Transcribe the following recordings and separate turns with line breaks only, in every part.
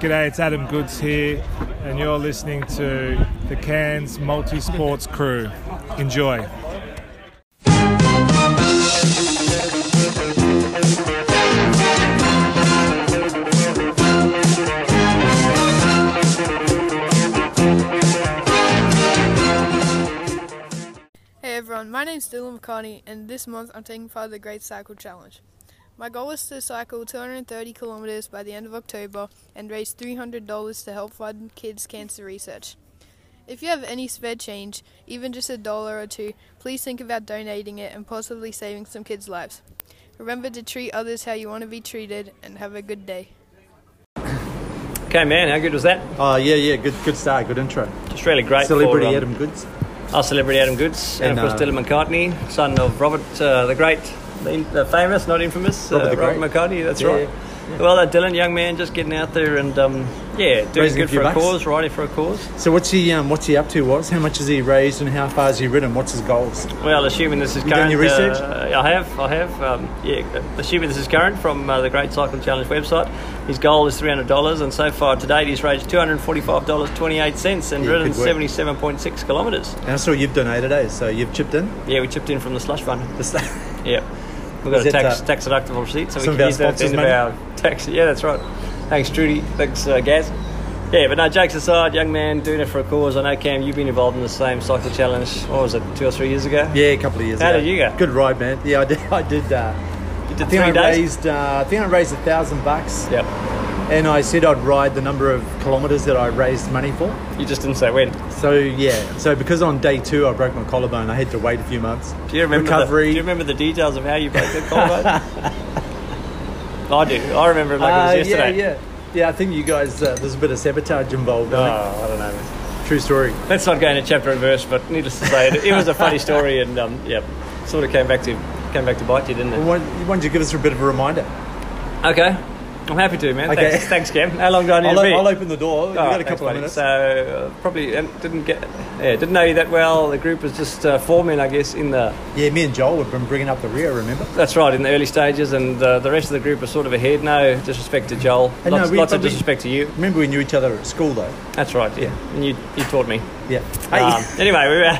G'day, it's Adam Goods here, and you're listening to the Cairns Multi Sports Crew. Enjoy.
Hey everyone, my name's Dylan McCartney, and this month I'm taking part of the Great Cycle Challenge. My goal is to cycle 230 kilometers by the end of October and raise $300 to help fund kids' cancer research. If you have any spare change, even just a dollar or two, please think about donating it and possibly saving some kids' lives. Remember to treat others how you want to be treated and have a good day.
Okay, man, how good was that?
Oh yeah, yeah, good, good start, good intro.
Just really great.
Celebrity
for, um,
Adam Goods.
Our celebrity Adam Goods, and,
And,
of course
uh,
Dylan McCartney, son of Robert uh, the Great, the, the famous, not infamous, uh,
Robert the
Robert
Great.
McCartney. That's
Yeah,
right.
yeah.
Well, uh, Dylan, young man, just getting out there and um, yeah, doing
Raising a
good
few
for
bucks.
a cause, riding for a cause.
So what's he, um, what's he up to? What's how much has he raised, and how far has he ridden? What's his goals?
Well, assuming this is
You
current,
done your research?
uh, I have, I have. Um, yeah, assuming this is current from uh, the Great Cycling Challenge website, his goal is three hundred dollars, and so far to date, he's raised two hundred forty-five dollars twenty-eight cents and
Yeah,
ridden
good work.
seventy-seven point six kilometres.
And I saw you've donated, eh? So you've chipped in.
Yeah, we chipped in from the slush fund.
This-
Yeah. We've got
Is
a
it,
tax,
uh,
tax deductible receipt, so we can
some of our
use that at the
sponsors'
end of
money?
our tax. Yeah, that's right. Thanks, Trudy. Thanks, uh, Gaz. Yeah, but no, jokes aside, young man, doing it for a cause. I know, Cam, you've been involved in the same cycle challenge, what was it, two or three years ago?
yeah, a couple of years.
How
ago.
did you go?
Good ride, man. Yeah, I did. I did. Uh,
You
I
did
think
three
I
days?
raised. Uh, I think I raised a thousand bucks.
Yep.
And I said I'd ride the number of kilometres that I raised money for.
You just didn't say when.
So yeah. So because on day two I broke my collarbone, I had to wait a few months.
Do you remember
recovery?
The, do you remember the details of how you broke that collarbone? I do. I remember it like
Uh,
it was yesterday.
Yeah, yeah, yeah. I think you guys. Uh, there's a bit of sabotage involved.
Oh,
I
I don't know. man.
think. True story.
Let's not go into chapter and verse, but needless to say, it, it was a funny story, and um, yeah, sort of came back to came back to bite you, didn't it?
Well, Why, why don't you give us a bit of a reminder?
Okay. I'm happy to, man.
Okay.
Thanks, thanks, Cam. How long do I need
I'll,
to
o-
be?
I'll open the door. We've
Oh,
got a
thanks,
couple of
buddy.
minutes.
So uh, probably um, didn't get, yeah, didn't know you that well. The group was just uh, forming, I guess, in the
yeah, me and Joel have been bringing up the rear. Remember?
that's right in the early stages, and uh, the rest of the group are sort of ahead. No disrespect to Joel,
And Uh, no,
lots,
we
lots of
probably-
disrespect to you.
Remember we knew each other at school though.
That's right, yeah. And you you taught me.
Yeah.
Um,
Hey,
anyway, we were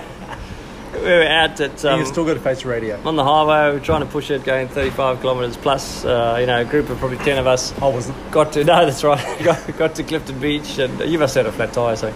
we were out at um,
you still got to face the radio.
on the highway, we were trying to push it, going 35 kilometres plus. Uh, you know, a group of probably 10 of us.
I wasn't.
Got to no, that's right. Got, got to Clifton Beach, and you must have had a flat tire, so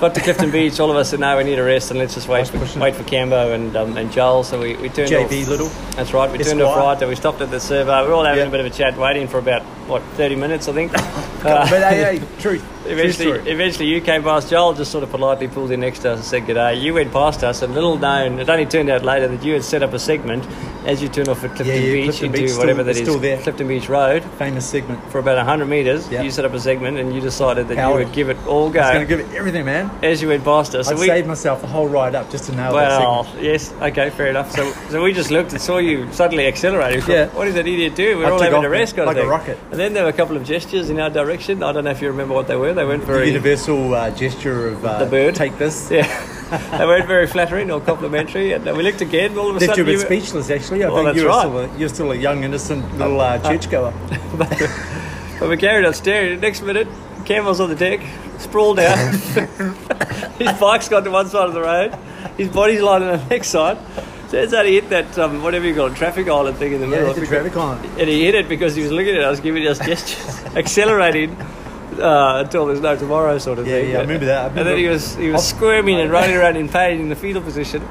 got to Clifton Beach. All of us said, "No, we need a rest, and let's just wait for,
pushing
wait for Cambo and um, and Joel." So we, we turned
JB
off.
Little.
That's right. We turned off
Esquire.
right, and we stopped at the servo. We were all having
Yeah.
a bit of a chat, waiting for about what 30 minutes, I think.
but
Uh,
hey, hey, truth. True
Eventually,
story.
eventually, you came past. Joel just sort of politely pulled in next to us and said "G'day." You went past us, and little known, it only turned out later that you had set up a segment as you turned off at Clifton
yeah,
Beach
Clifton
into
Beach still-
whatever that
it's
is,
still there.
Clifton Beach Road
Famous segment.
for about 100 metres.
Yeah.
You set up a segment and you decided that
Powered
you would
it.
give it all
I was
go
going to give it everything, man.
as you went past us.
I'd
we,
saved myself the whole ride up just to nail
well,
that
yes, okay, fair enough. So, so we just looked and saw you suddenly accelerating.
Yeah.
What is that idiot do? We're
I
all
took
having
off,
a rest,
man,
kind of
like a
thing.
rocket.
And then there were a couple of gestures in our direction. I don't know if you remember what they were. They weren't
segment. The
very
universal uh, gesture of uh,
The bird.
Take this.
Yeah, they weren't very flattering or complimentary. And we looked again. All of a
Left you a
sudden,
bit
you were,
speechless, actually. I
Well,
think
that's
you were
right.
still a, you're still a young, innocent little uh, churchgoer.
but we carried on staring. The next minute, Campbell's on the deck, sprawled out. His bike's gone to one side of the road. His body's lying on the next side. Turns out he hit that um, whatever you call it, traffic island thing in the
yeah,
middle.
hit the traffic on.
And he hit it because he was looking at us, giving us gestures, accelerating. Uh, until there's no tomorrow, sort of
Yeah,
thing.
yeah, I remember that. I
and then
remember-
he was he was squirming and running around in pain in the fetal position.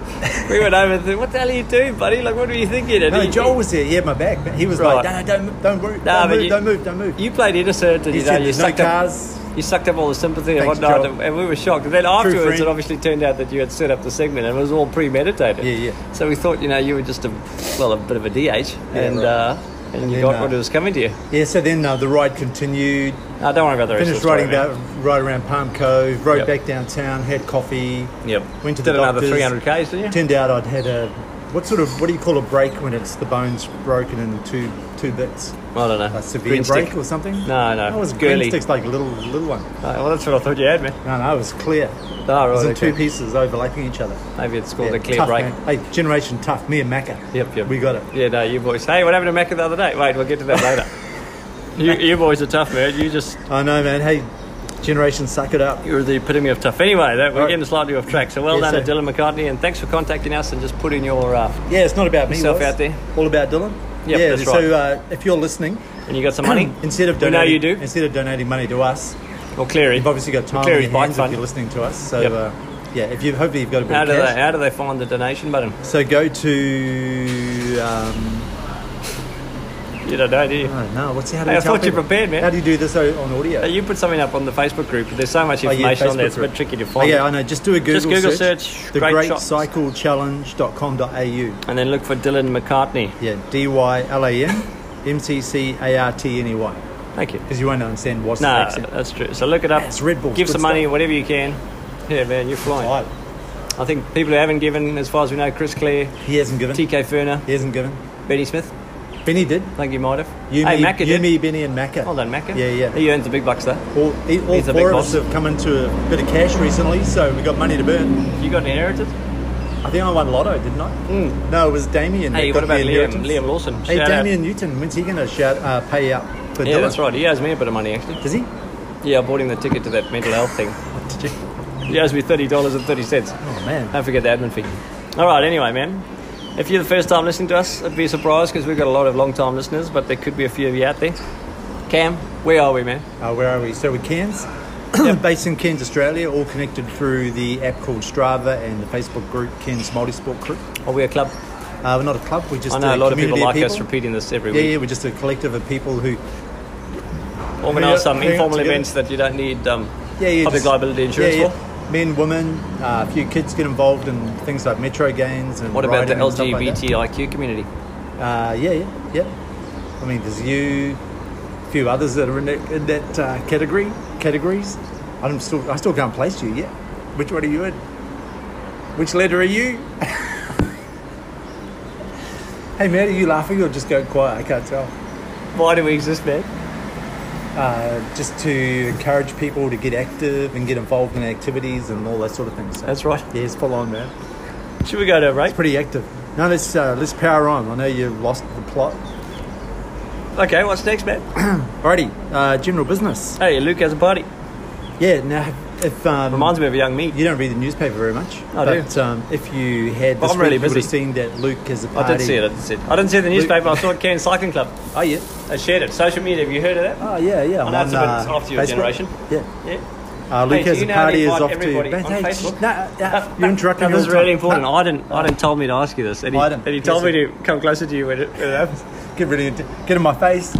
We went over and said, "What the hell are you doing, buddy? Like, what were you thinking?" And
No,
he-
Joel was there. He had my back. But he was
Right.
like, no, no, don't, don't, worry,
Nah,
don't,
but
move,
you-
don't move, don't move.
You played innocent, and
He
you know
said
you
there's no
sucked up.
cars.
You sucked up all the sympathy and
Thanks,
whatnot,
Joel.
and, and we were shocked. And then afterwards,
friend.
it obviously turned out that you had set up the segment, and it was all premeditated.
Yeah, yeah.
So we thought, you know, you were just a well, a bit of a DH,
Yeah,
and
right.
uh, and, you
then,
got
uh,
what it was coming to you.
Yeah, so then uh, the ride continued.
No, don't worry about the rest.
Finished
of the story,
riding about, right around Palm Cove, rode
Yep.
back downtown, had coffee.
man. Yep.
Went to
Did
the
another
doctors.
three hundred k's, didn't you?
Turned out I'd had a, what sort of, what do you call a break when it's the bones broken in two two bits?
I don't know.
A severe
Green
break
stick.
or something?
No, no,
That was
girly.
green sticks like a little, little one.
Oh, well, that's what I thought you had, man.
No, no, it was clear.
Oh,
It was
right,
in
okay.
two pieces overlapping each other.
Maybe it's called
Yeah,
a clear
tough,
break.
man. Hey, Generation Tough, me and Macca.
Yep, yep.
We got it.
Yeah, no, you boys. Hey, what happened to Mac the other day? Wait, we'll get to that later. You, you boys are tough, man. You just
I know, man. Hey, generation, suck it up.
you're the epitome of tough. Anyway, that, we're
Right.
getting slightly off track. So well
Yes,
done
sir.
to Dylan McCartney, and thanks for contacting us and just putting your. Uh,
Yeah, it's not about me.
Yourself
Waz.
out there.
All about Dylan.
Yep,
yeah.
that's
So uh, if you're listening,
and you got some money
instead of
We know
donating,
you do.
Instead of donating money to us,
Or Cleary.
you've obviously got time on
Cleary's
your
bike
hands
fund.
if you're listening to us. So
Yep.
uh, yeah, if you hopefully you've got a bit
How
of
do they
cash.
How do they find the donation button?
So go to um,
You don't know, do you?
I don't know what's how do
Hey,
we
I
tell
thought you
people?
prepared, man.
How do you do this o- on audio?
Uh, You put something up on the Facebook group. but There's so much
Oh, yeah,
information on there.
Facebook
It's a
group.
bit tricky to
Oh,
find.
yeah, I know. Just do a Google,
Just Google search,
The
great
Great,
shots.
Cycle Challenge.com.au.
And then look for Dylan McCartney.
Yeah, D Y L A N M C C A R T N E Y.
Thank you.
Because you won't understand what's
No,
accent.
that's true. So look it up.
It's Red Bull.
Give
Good
some
stuff.
money, whatever you can. Yeah, man, you're flying.
Right.
I think people who haven't given, as far as we know, Chris Clare,
He hasn't given.
TK Ferner,
He hasn't given.
Benny Smith.
Benny did.
I think you might have.
You,
hey,
me,
Macca
you
did.
me, Benny, and Macca.
Well done, Macca.
Yeah, yeah.
He earns the big bucks, though.
All, he, all
He's a big
four of
boss.
us have come into a bit of cash recently, so we got money to burn.
You got an inheritance?
I think I won Lotto, didn't I? Mm. No, it was Damien.
Hmm. Hey,
that
what
got me
about Liam?
inheritance.
Liam Lawson.
Hey,
Shout out.
Damien Newton, when's he going to shout uh, pay up for
Yeah,
Dylan?
that's right. He owes me a bit of money, actually.
Does he?
Yeah, I bought him the ticket to that mental health thing.
Did you?
He owes me $30.30.
Oh, man.
Don't forget the admin fee. All right, anyway, man. If you're the first time listening to us, I'd be surprised because we've got a lot of long time listeners, but there could be a few of you out there. Cam, where are we, man?
Uh, where are we? So we're Cairns, based in Cairns, Australia, all connected through the app called Strava and the Facebook group Cairns Multisport Group.
Are we a club?
Uh, we're not a club, we're just
I know
a,
a lot of people
community
like us repeating this every
Yeah, yeah,
week.
we're just a collective of people who. Hang
Organise
out-
some
hang out
informal
together.
events that you don't need um,
Yeah, yeah,
public
just-
liability insurance
yeah, yeah.
for.
Men, women, uh, a few kids get involved in things like metro games and
What about the
riding and stuff like that.
LGBTIQ community?
Uh, yeah, yeah, yeah. I mean, there's you, a few others that are in that, in that uh, category categories. I'm still, I still can't place you yet. Which one are you in? Which letter are you? hey, man, are you laughing or just go quiet? I can't tell.
Why do we exist, man?
Uh, just to encourage people to get active and get involved in activities and all that sort of things. So,
That's right.
yeah, it's full on, man.
Should we go to a break?
Pretty active. Now let's uh, let's power on. I know you lost the plot.
Okay, what's next, man?
Alrighty, uh, general business.
hey, Luke has a party.
Yeah, now if um,
Reminds me of a young me.
you don't read the newspaper very much.
I do.
but, Um, if you had,
But
this
I'm really
week, you would
busy.
have seen that Luke has a
I
party.
did see it, I did see it. I didn't see it in the
Luke-
newspaper, I saw it Cairns Cycling Club.
Oh yeah.
They shared it. Social media, have you heard of that?
Oh yeah, yeah.
I
I'm
know it's a
on,
bit
uh,
after your
Facebook.
generation.
Yeah.
Yeah.
Uh, Luke
Hey, do
has
you
a
know how to
party is
invite
off to.
everybody
But,
on
hey,
Facebook?
sh- nah, nah, you're interrupting.
No,
me all
this is
the time.
really important.
Nah,
Aiden, Aiden told me to ask you this, and he,
Aiden,
and he told me
yes,
to come closer to you when it, when it happens.
Get rid of it. Get in my face.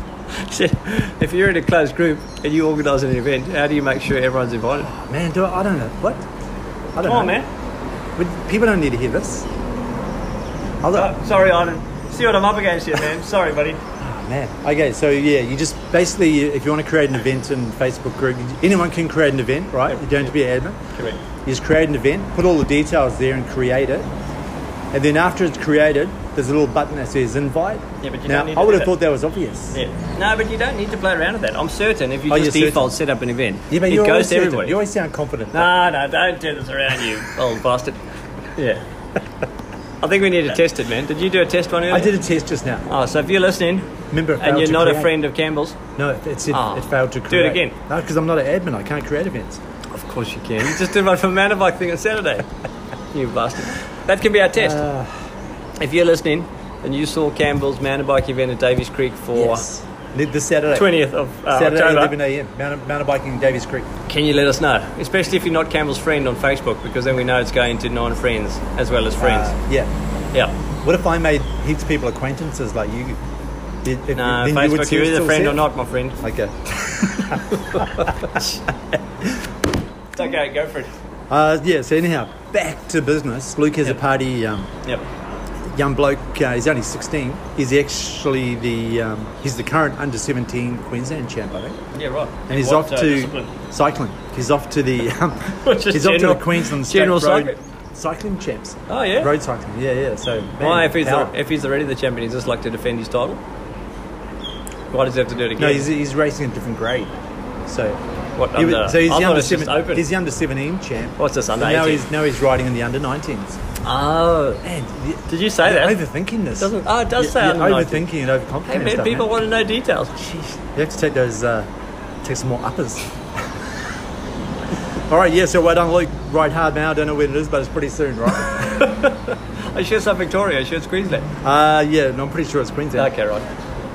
Shit. if you're in a closed group and you organise an event, how do you make sure everyone's invited?
Man, do I, I don't know what. I
Come
don't
on,
know.
man.
Would- People don't need to hear this. Hold on.
Oh, sorry, Aiden. See what I'm up against here, man. Sorry, buddy.
Man. Okay, so yeah, you just basically, if you want to create an event in Facebook group, anyone can create an event, right? You don't have to be an admin.
Correct.
You just create an event, put all the details there, and create it. And then after it's created, there's a little button that says invite.
Yeah, but you
now,
don't need to
I would
do
have
that.
thought that was obvious.
Yeah. No, but you don't need to play around with that. I'm certain if you
Oh,
just
you're
default set up an event,
Yeah, but
it
you're
goes
always
to
certain.
everybody.
You always sound confident.
No, no, don't do this around you, old bastard. Yeah. I think we need to test it, man. Did you do a test one earlier?
I did a test just now.
Oh, so if you're listening
Remember, it
and
failed
you're
to
not a
create.
friend of Campbell's,
No, it, it said
Oh.
it failed to
Do it
create.
again.
No, because I'm not an admin. I can't create events.
Of course you can. You just did one for mountain bike thing on Saturday. you bastard. That can be our test.
Uh,
if you're listening and you saw Campbell's mountain bike event at Davies Creek for
yes. This Saturday.
20th of uh,
Saturday,
October,
11 a.m. Mountain, mountain biking Davies Creek.
can you let us know? Especially if you're not Campbell's friend on Facebook, because then we know it's going to non-friends as well as friends.
Uh, yeah.
yeah.
What if I made heaps of people acquaintances like you? Did, if,
No,
then you would
Facebook, you're
still
either a friend
see
or
it?
not, my friend.
Okay.
It's okay, go for it.
Uh, yeah, so anyhow, back to business. Luke has
Yep.
a party, um,
Yep.
young bloke, uh, he's only 16. He's actually the, um, he's the current under 17 Queensland champ, I think.
Yeah, right.
And he's
What,
off
uh,
to
discipline?
cycling. He's off to the, um,
Which is
he's
general-
off to the Queensland State
general
Road
cycling.
cycling champs.
Oh, yeah?
Road cycling, yeah, yeah. So, man,
Why, if he's,
power.
if he's already the champion, he's just like to defend his title? Why does he have to do it again?
No, he's, he's racing a different grade. So,
What,
he was-
under-
so he's
I
the
thought
under
it's just
seven,
open.
he's the under seventeen champ.
What's this, under
And now
18?
he's now he's riding in the under nineteens. Oh, man. y-
Did you say
you're
that?
Overthinking this.
Doesn't- oh, it does
You're-
sound
you're
like it.
overthinking and overcomplicating
Hey man,
stuff,
people
man.
want to know details. Jeez.
You have to take those, uh, take some more uppers. All right, yeah, so well done, Luke. Ride hard now. I don't know when it is, but it's pretty soon, right?
I sure it's not Victoria. I sure it's Queensland.
uh, yeah, no, I'm pretty sure it's Queensland.
Okay, right.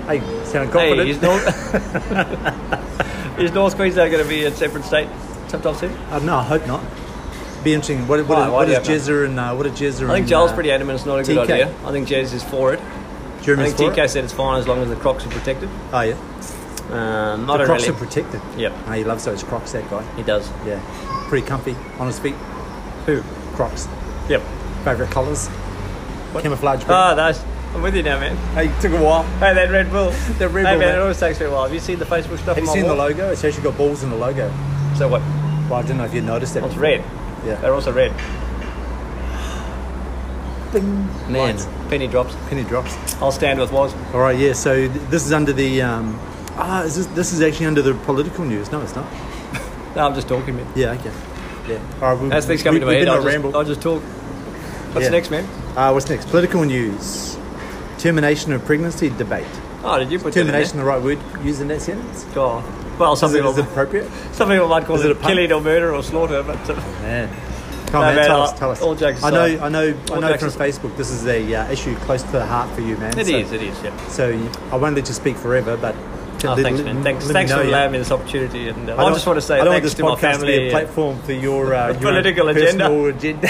Hey, sound confident?
Hey, is North, is North Queensland going to be a separate state sometime soon?
Uh, no, I hope not. Be interesting. What, what,
Why-
is-
why
what
do
is
you hope
Jezza and uh, what are Jezza?
I think Joel's pretty adamant it's not a good
TK.
idea. I think Jez is for it. I think TK said it's fine as long as the Crocs are protected.
Oh yeah,
Um, I
the
don't
Crocs
really.
are protected.
Yep.
Oh, he loves those Crocs. That guy.
he does.
Yeah, pretty comfy on his feet. Who? Crocs.
Yep.
Favorite colours. Camouflage. print.
Ah, nice. I'm with you now, man.
hey, it took a while.
Uh, Hey, that Red Bull.
That
hey,
Red
man,
Bull, man.
it always takes me a while. Have you seen the Facebook stuff?
Have
on
you
my
seen the
wall?
logo? It's actually got balls in the logo.
So what?
Well, I don't know if you noticed that.
Well, it's red.
Yeah.
They're also red.
Bing.
Man, penny drops.
Penny drops.
I'll stand with was.
All right. Yeah. So th- this is under the. Um, ah, is this, this is actually under the political news. No, it's not.
No, I'm just talking, man.
Yeah. Okay. Yeah. All right. We,
As things coming to
we,
my
we've
head,
been
I'll
on a
just,
ramble.
I'll just talk. What's
Yeah.
next, man?
Uh, what's next? Political news. Termination of pregnancy debate.
Oh, did you put
Termination, the right word used in that sentence?
That in there? Oh. Well, some
Is it,
people,
is it appropriate?
some people might call
is
it,
it a pun?
killing or murder or slaughter, but uh,
Man. Come
No,
on, man,
man,
tell
all-
us, tell us.
all jokes
I know,
aside.
I know, I
All
know
jokes
from
aside.
Facebook this is a uh, issue close to the heart for you, man.
it
so,
is, it is, yeah.
So you- I won't let you speak forever, but
Oh,
let-
thanks,
let-
man. Thanks,
let me
thanks for
know you.
allowing me this opportunity. And uh, I,
I don't-
just want to say
I don't want
thanks
this
to my
podcast to be
family. uh,
a
and-
platform for your, uh, your
Political agenda.
personal agenda.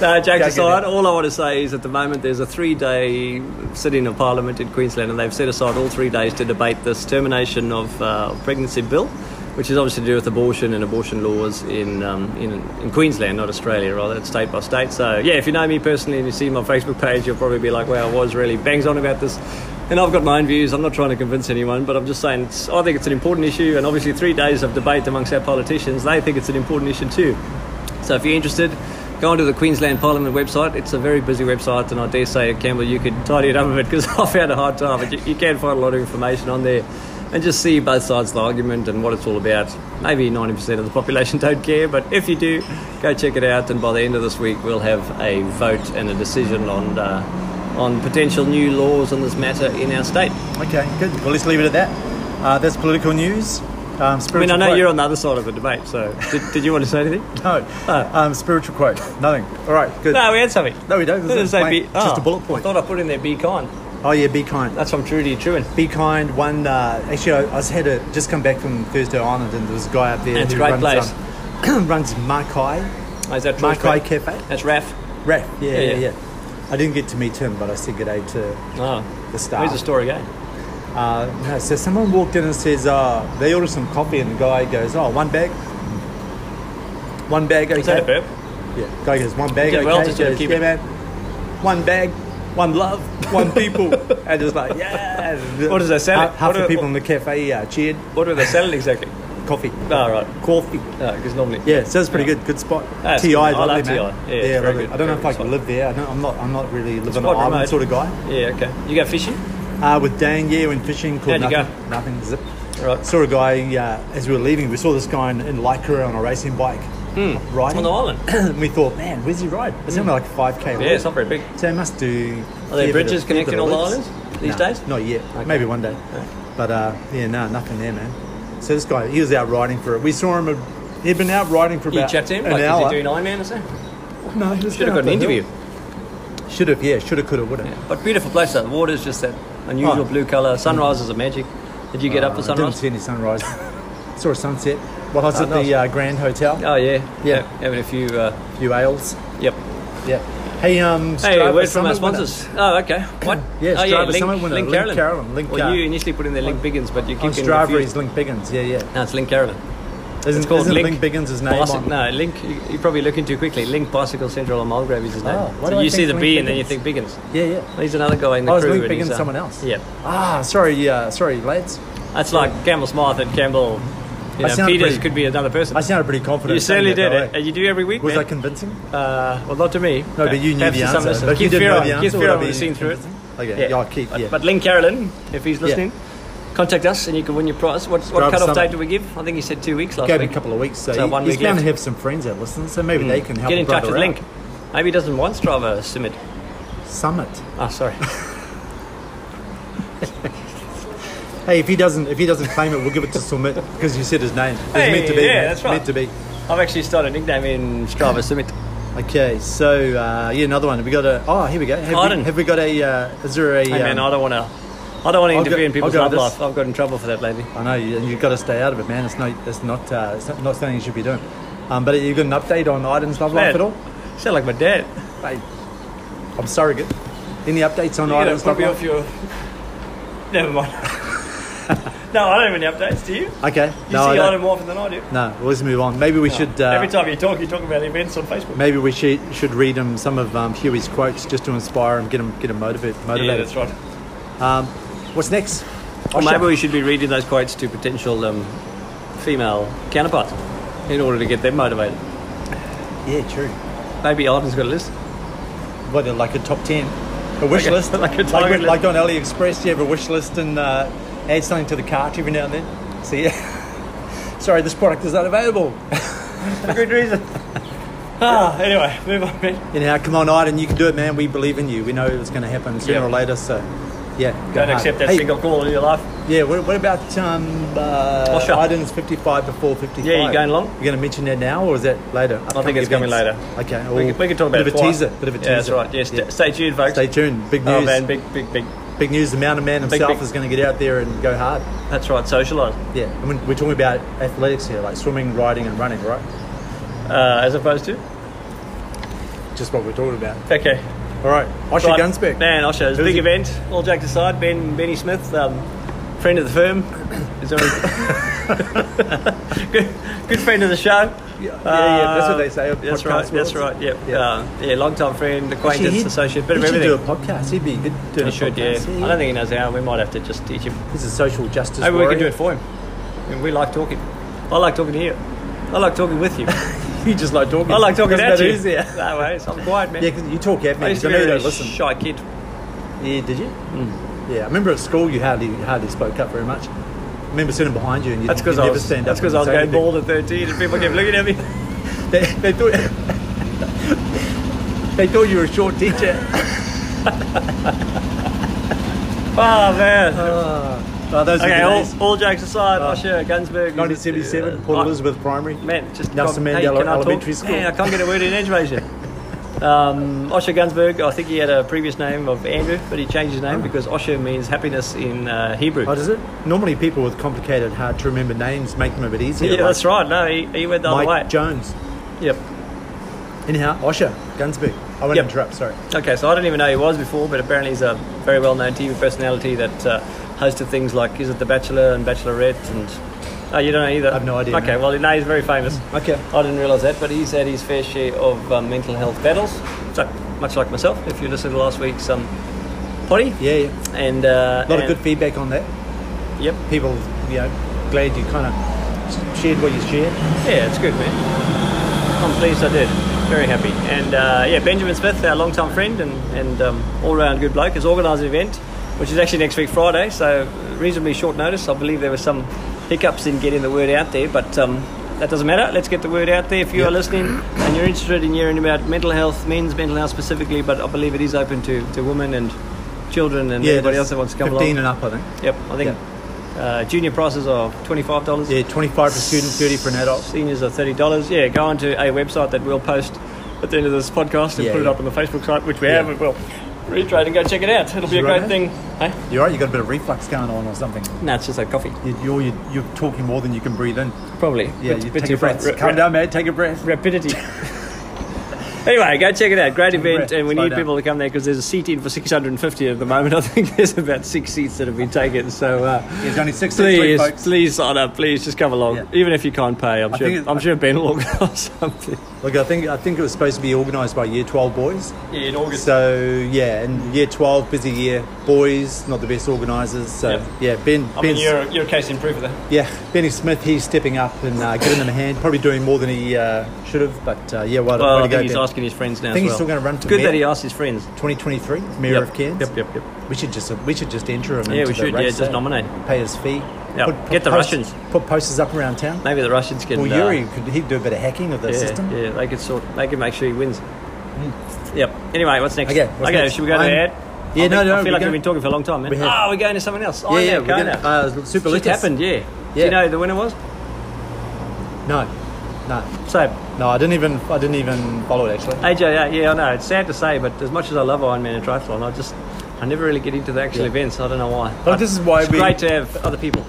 No, jokes
Go get
aside,
it.
all I want to say is at the moment there's a three day sitting of Parliament in Queensland and they've set aside all three days to debate this termination of uh, pregnancy bill, which is obviously to do with abortion and abortion laws in, um, in, in Queensland, not Australia, rather, it's state by state. So, yeah, if you know me personally and you see my Facebook page, you'll probably be like, wow, I was really bangs on about this. And I've got my own views. I'm not trying to convince anyone, but I'm just saying it's, I think it's an important issue. And obviously, three days of debate amongst our politicians, they think it's an important issue too. So if you're interested, go onto the Queensland Parliament website. It's a very busy website, and I dare say, Campbell, you could tidy it up a bit because I've had a hard time. But you, you can find a lot of information on there and just see both sides of the argument and what it's all about. Maybe 90% of the population don't care, but if you do, go check it out. And by the end of this week, we'll have a vote and a decision on. Uh, on potential new laws on this matter in our state.
Okay, good. Well, let's leave it at that. Uh, that's political news.
I
Um,
mean, I
spiritual
know
quote.
you're on the other side of the debate, so did, did you want to say anything?
No. Um, spiritual quote. Nothing. All right, good.
Ah. No, we had something.
No, we don't. This
Didn't
is
say
plain.
be-
Just
oh,
a bullet
I
point.
thought I put in there be kind.
Oh, yeah, be kind.
That's from Trudy Truman.
Be kind. One uh, actually, I, I just had a just come back from Thursday Island, and there was a guy up there
It's a
who
great place.
runs Um, runs Makai
Oh, is that Troy's
Makai
Creek?
Cafe.
That's Raf.
Right. Yeah,
Yeah,
yeah, yeah,
yeah.
I didn't get to meet him, but I said good day to
Oh.
the
Where's
staff.
the story going?
Uh, no, so someone walked in and says, uh, they ordered some coffee, and the guy goes, oh, one bag. One bag, okay.
Is that a burp?
Yeah, guy goes, one bag,
did
okay.
well to
He goes,
keep
yeah,
it.
man. One bag, one love, one people. and it's like, yeah.
What does that say?
Half, half
What
the
do-
people in the cafe uh, cheered.
What were they selling exactly?
Coffee.
Oh, right.
Coffee.
No, because Uh, normally.
Yeah, so it's pretty good. Good spot.
Ah, it's
TI,
good. I
lovely,
like
man.
TI. Yeah, it's very
lovely.
good,
I don't know
very
if I
good
could
spot.
live there. I don't, I'm not. I'm not really living on an
quite
island
remote.
sort of guy.
Yeah, okay. You go fishing?
Uh, with Dan, yeah, went fishing. Called
How'd you
nothing, Nothing. Zip.
Right.
Saw a guy uh, as we were leaving. We saw this guy in, in lycra on a racing bike riding
Hmm. On the island.
and we thought, man, where's he ride? It's only like a five k.
Yeah, it's not very big.
So it must do.
Are there
fair bit
bridges
of- fair bit
connecting
of
all the
woods.
islands these
Nah,
days?
Not yet. Maybe one day. But uh, yeah, no, nothing there, man. So this guy, he was out riding for it. We saw him. a- He'd been out riding for
You
about
chat to him?
an
Like,
hour.
is he doing Iron Man or something?
No, he was
Should have got an interview.
Should have, yeah, should have, could have, would have.
Yeah. But beautiful place, though. The water's just that unusual
Oh.
blue colour. Sunrises are magic. Did you get up for
I didn't
sunrise?
see any sunrise. Saw a sunset. Well, I was
Oh,
at the uh,
nice.
Grand Hotel.
Oh, yeah.
Yeah.
Having a few. Uh,
A few ales.
yep.
Yeah. Hey, um,
Hey,
Strava
a word from our
Summit winner.
sponsors. Oh, okay. What?
Yeah,
oh, yeah,
Strava Summit winner, Link
Carolyn.
Carolyn, Link,
well,
uh,
you initially put in there Link Biggins, but you keep
On
getting
Strava
confused.
is Link Biggins. Yeah, yeah.
No, it's Link Carolyn.
Isn't,
It's called
isn't
Link,
Link, Biggins' his name
Bicy-
on?
No, Link. You, you're probably looking too quickly. Link Bicycle Central on Mulgrave is his name.
Oh, why do
so
I
you see
think
the
Link
B and then you think
Biggins?
Biggins.
Yeah, yeah.
He's another guy in the
Oh, is
crew.
Link
and he's,
Biggins
uh,
someone else?
Yeah,
Ah, sorry, uh, sorry, lads.
that's like Campbell Smythe and Campbell. You
I
know,
sounded
Peters
pretty-
could be another person.
I sounded pretty confident.
you certainly
saying
did
that,
it,
though, eh?
and you do every week.
Was
man.
that convincing?
uh, well, not to me.
No, but you knew
Perhaps
the
to some
answer.
listeners.
But if you
Keith
didn't know
Farrell-
the answer,
Keith
would that
Farrell
be
would have seen through it.
Okay, yeah, I'll keep,
But-
yeah.
But Link Carolyn, if he's listening, contact us and you can win your prize. What, what
Drive
cut-off date
Summit.
do we give? I think he said two weeks last
Gave him
week.
a couple of weeks, so,
So
he-
one
he's
week
bound to
left.
have some friends that listen, so maybe they can help.
Get
a
in touch
brother
with Link.
out.
Maybe he doesn't want Strava Summit.
Summit.
Oh, sorry.
Hey, if he doesn't, if he doesn't claim it, we'll give it to Summit because you said his name. It's
Hey,
meant to be.
yeah,
mate.
that's right.
Meant to be.
I've actually started a nickname in Strava Summit.
Okay, so uh, yeah, another one. Have we got a? Oh, here we go. Have,
Arden.
we, have we got a? Uh, is there a?
Hey man,
um,
I don't want to. I don't want to
I'll go-
interfere in
I'll
people's
go
love
with this.
life. I've got in trouble for that lately.
I know you, and you've got to stay out of it, man. It's not, it's not, uh, it's not, not something you should be doing. Um, but you got an update on Iden's love
Man,
life at all?
Sound like my dad.
Hey, I'm surrogate. Any updates on
You know,
Iden's love
probably
life?
off your. Never mind. no, I don't have any updates. Do you? You
Okay, no, I
see
don't-
Item more often than I do.
no. well, Let's move on. Maybe we should. Uh,
Every time you talk, you talk about events on Facebook.
Maybe we should, should read him some of um, Huey's quotes just to inspire him, get him, get him motivated.
yeah,
motivated.
that's right.
What's next?
Or
Osha.
maybe we should be reading those quotes to potential um, female counterparts in order to get them motivated.
Yeah, true.
Maybe Arden's got a list.
What, like a top 10? A wish
Like a-
list?
like a
like,
target
with-
list.
like on AliExpress, you have a wish list and uh, add something to the cart every now and then. So, yeah. Sorry, this product is unavailable.
For good reason. ah, anyway, move on, man.
Anyhow, come on, Iden, you can do it, man. We believe in you. We know it's going to happen sooner
Yeah.
or later, so yeah. go
Don't
hard.
accept that
Hey,
single call in your life.
Yeah, what, what about um, uh,
Osha.
Iden's 55 before 55?
Yeah, you going long?
You're going to mention that now, or is that later?
I think it's
Upcoming
coming later.
events? Okay,
We
well,
can, we can talk about
bit
it
of a
twice.
teaser. Bit of a teaser.
Yeah, that's right. Yes,
Yeah.
stay tuned, folks.
Stay tuned. Big news.
Oh man, big, big, big.
Big news, the mountain man
Big,
himself
big-
is going to get out there and go hard.
That's right. Socialise,
Yeah, I mean, we're talking about athletics here, like swimming, riding, and running, right?
uh, as opposed to.
Just what we're talking about.
Okay.
All right, Osher
Right.
Gunsberg.
Man, Osher, it's a
Who's
big
he-
event. All jokes aside, Ben, Benny Smith, um, friend of the firm, is already good, good friend of the show.
Yeah, yeah, yeah, that's what they say on
That's
podcast
right.
worlds.
That's right. Yep.
Yeah.
Yeah. Uh, yeah. Long time friend, acquaintance,
Actually, he'd-
associate, bit of
he should
everything.
do a podcast. He'd be good doing
He
a
should, yeah.
podcast.
I don't think he knows how. We might have to just teach him.
he's a social justice.
Maybe we
warrior.
can do it for him. I mean, we like talking. I like talking to you. I like talking with you. I
You just like talking.
like talking
Doesn't
at
matter
you.
who's there.
No worries. I'm quiet, man.
Yeah, 'cause you talk at me.
I used
'cause I
to be Mm. a
know you don't
really
listen.
shy kid.
Yeah, did you? Yeah, I remember at school you hardly you hardly spoke up very much. I remember sitting behind you and you
That's because
you
I
never
was.
stand
That's
up. and
because I was
say
going
anything.
bald at 13, and people kept looking at me.
They, they thought they thought you were a short teacher.
Oh man.
Oh, those
Okay,
are the days.
all, all jokes aside,
Oh.
Osher Gunsberg.
1977, Port
I-
Elizabeth Primary.
Man, just
Nelson
can't-
Mandela
can I talk?
Elementary School.
Man, I can't get a word in edgeways yet. Um, Osher Gunsberg, I think he had a previous name of Andrew, but he changed his name because Osher means happiness in uh, Hebrew.
Oh, does it? Normally, people with complicated, hard to remember names make them a bit easier.
yeah,
like
that's right. No, he, he went the
Mike
other way.
Jones.
yep.
Anyhow, Osher, Gunsby. I won't
Yep.
interrupt, sorry.
Okay, so I didn't even know he was before, but apparently he's a very well-known TV personality that uh, hosted things like is it The Bachelor and Bachelorette and. Oh, you don't know either. I
have no idea,
Okay,
man.
well, no, he's very famous.
Okay.
I didn't realise that, but he's had his fair share of um, mental health battles. So much like myself, if you listen to last week's um, potty,
Yeah, yeah.
and uh,
A lot of
and-
good feedback on that.
Yep.
People, you know, glad you kind of shared what you shared.
Yeah, it's good, man. I'm pleased I did. Very happy. And uh, yeah, Benjamin Smith, our longtime friend and, and um, all round good bloke, has organised an event, which is actually next week, Friday, so reasonably short notice. I believe there were some hiccups in getting the word out there, but um, that doesn't matter. Let's get the word out there. If you are listening and you're interested in hearing about mental health, men's mental health specifically, but I believe it is open to, to women and children and everybody else that wants to come along.
15 and up, I think.
Yep, I think uh, junior prices are $25.
Yeah, 25 for student, 30 for an adult.
Seniors are thirty dollars. Yeah, go onto a website that we'll post at the end of this podcast and
Yeah,
put it
yeah.
up on the Facebook site, which we
Yeah.
have. But we'll retrade and go check it out. It'll be a
You
great
right,
thing. Hey,
You're right, you got a bit of reflux going on or something.
no, it's just a coffee.
You, you're, you you're talking more than you can breathe in.
Probably.
Yeah,
Bit-
you
bit
take a
different.
breath.
Ra-
Calm
ra-
down, man. Take a breath.
Rapidity. Anyway, go check it out. Great event,
breath.
and we
Slow
need
down.
people to come there because there's a seat in for 650 at the moment. I think there's about six seats that have been taken. So uh,
There's only six
please,
seats left, folks.
please sign up. Please just come along,
Yeah.
even if you can't pay. I'm
I think
sure.
it's-
I'm sure Ben will organise something.
Look, I think I think it was supposed to be organised by Year 12 boys.
Yeah, in
So yeah, and Year 12 busy year, boys not the best organisers. So
Yep.
yeah, Ben,
I mean,
Ben's-
you're, you're a case in proof of that.
yeah, Benny Smith, he's stepping up and uh, giving them a hand. Probably doing more than he uh, should have, but uh, yeah, well,
Well, I
way to
think
go,
he's
Ben.
asking his friends now.
I think
as
he's still
well.
gonna run for
It's good
mayor.
that he asked his friends.
2023 Mayor
Yep.
of Cairns.
Yep, yep, yep.
We should just we should just enter him.
Yeah,
into
we
the
should, yeah,
race
just
there.
nominate.
Pay his fee.
Yeah, get the
post-
Russians.
Put posters up around town.
Maybe the Russians can.
Well,
uh,
Yuri could he do a bit of hacking of the
yeah,
system? Hmm.
yeah, they could sort. They can make sure he wins. Yep. Anyway, what's next?
Okay, what's
okay.
next?
Should we go to the
I'm-
ad?
Yeah,
I
no,
think-
no,
I
we're
feel like
going-
we've been talking for a long time, man.
we have.
Oh, we're going to something else. Oh,
yeah, yeah,
we're
we're
going
gonna,
now.
uh, Super
Just
Lucas.
happened, yeah. Do
Yeah.
you know the winner was?
No, no,
So
no. I didn't even, I didn't even follow it actually.
AJ, yeah, yeah, I know. It's sad to say, but as much as I love Ironman and triathlon, I just I never really get into the actual events. I don't know why.
Well, this is why
it's
we-
great to have other people.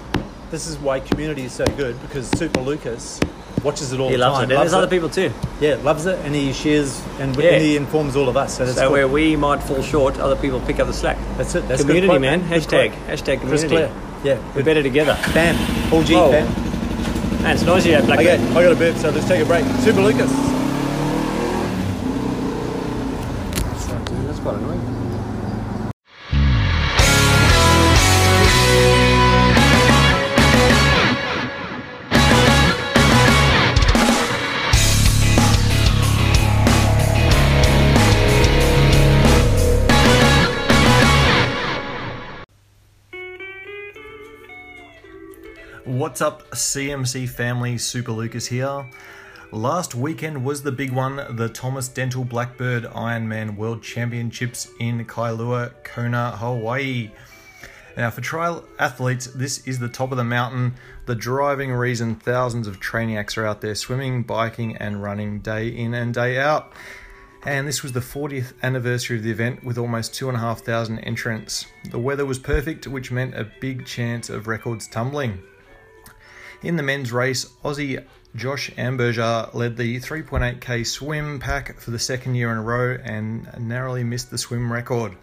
This is why community is so good because Super Lucas watches it all
He
the
loves it.
time.
And there's other people too.
Yeah, loves it, and he shares and,
Yeah.
and he informs all of us. So that's
So
cool.
where we might fall short, other people pick up the slack.
That's it. That's a good
community,
quote,
man.
Good
Hashtag.
quote.
Hashtag
Chris
community.
Clear. Yeah.
We're better together.
Bam. Paul G.
Whoa.
Bam.
Man, it's noisy out black.
Okay,
Bear.
I got a burp, so let's take a break. Super Lucas. That's quite annoying.
What's up, CMC family? Super Lucas here. Last weekend was the big one the Thomas Dental Blackbird Ironman World Championships in Kailua, Kona, Hawaii. Now, for trial athletes, this is the top of the mountain, the driving reason thousands of trainiacs are out there swimming, biking, and running day in and day out. And this was the 40th anniversary of the event with almost 2,500 entrants. The weather was perfect, which meant a big chance of records tumbling. In the men's race, Aussie Josh Amberger led the 3.8k swim pack for the second year in a row and narrowly missed the swim record.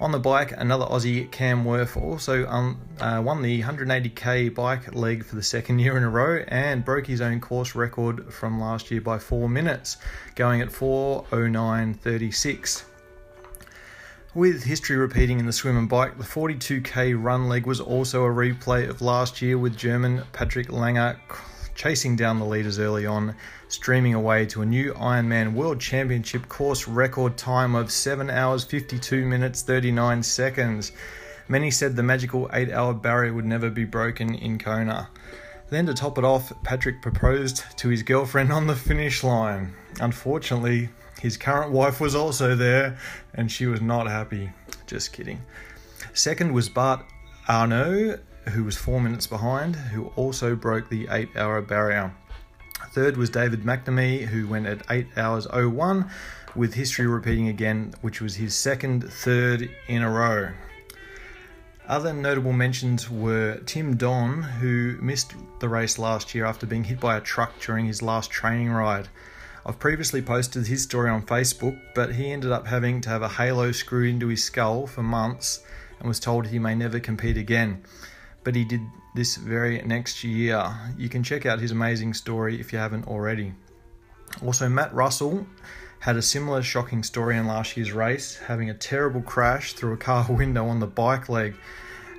On the bike, another Aussie Cam Worth also um, uh, won the 180k bike leg for the second year in a row and broke his own course record from last year by four minutes, going at 409.36. With history repeating in the swim and bike, the 42k run leg was also a replay of last year with German Patrick Langer chasing down the leaders early on, streaming away to a new Ironman World Championship course record time of 7 hours 52 minutes 39 seconds. Many said the magical 8 hour barrier would never be broken in Kona. Then, to top it off, Patrick proposed to his girlfriend on the finish line. Unfortunately, his current wife was also there, and she was not happy. Just kidding. Second was Bart Arnault, who was four minutes behind, who also broke the eight hour barrier. Third was David McNamee, who went at 8 hours 01, with history repeating again, which was his second third in a row. Other notable mentions were Tim Don, who missed the race last year after being hit by a truck during his last training ride. I've previously posted his story on Facebook, but he ended up having to have a halo screwed into his skull for months and was told he may never compete again. But he did this very next year. You can check out his amazing story if you haven't already. Also, Matt Russell had a similar shocking story in last year's race, having a terrible crash through a car window on the bike leg.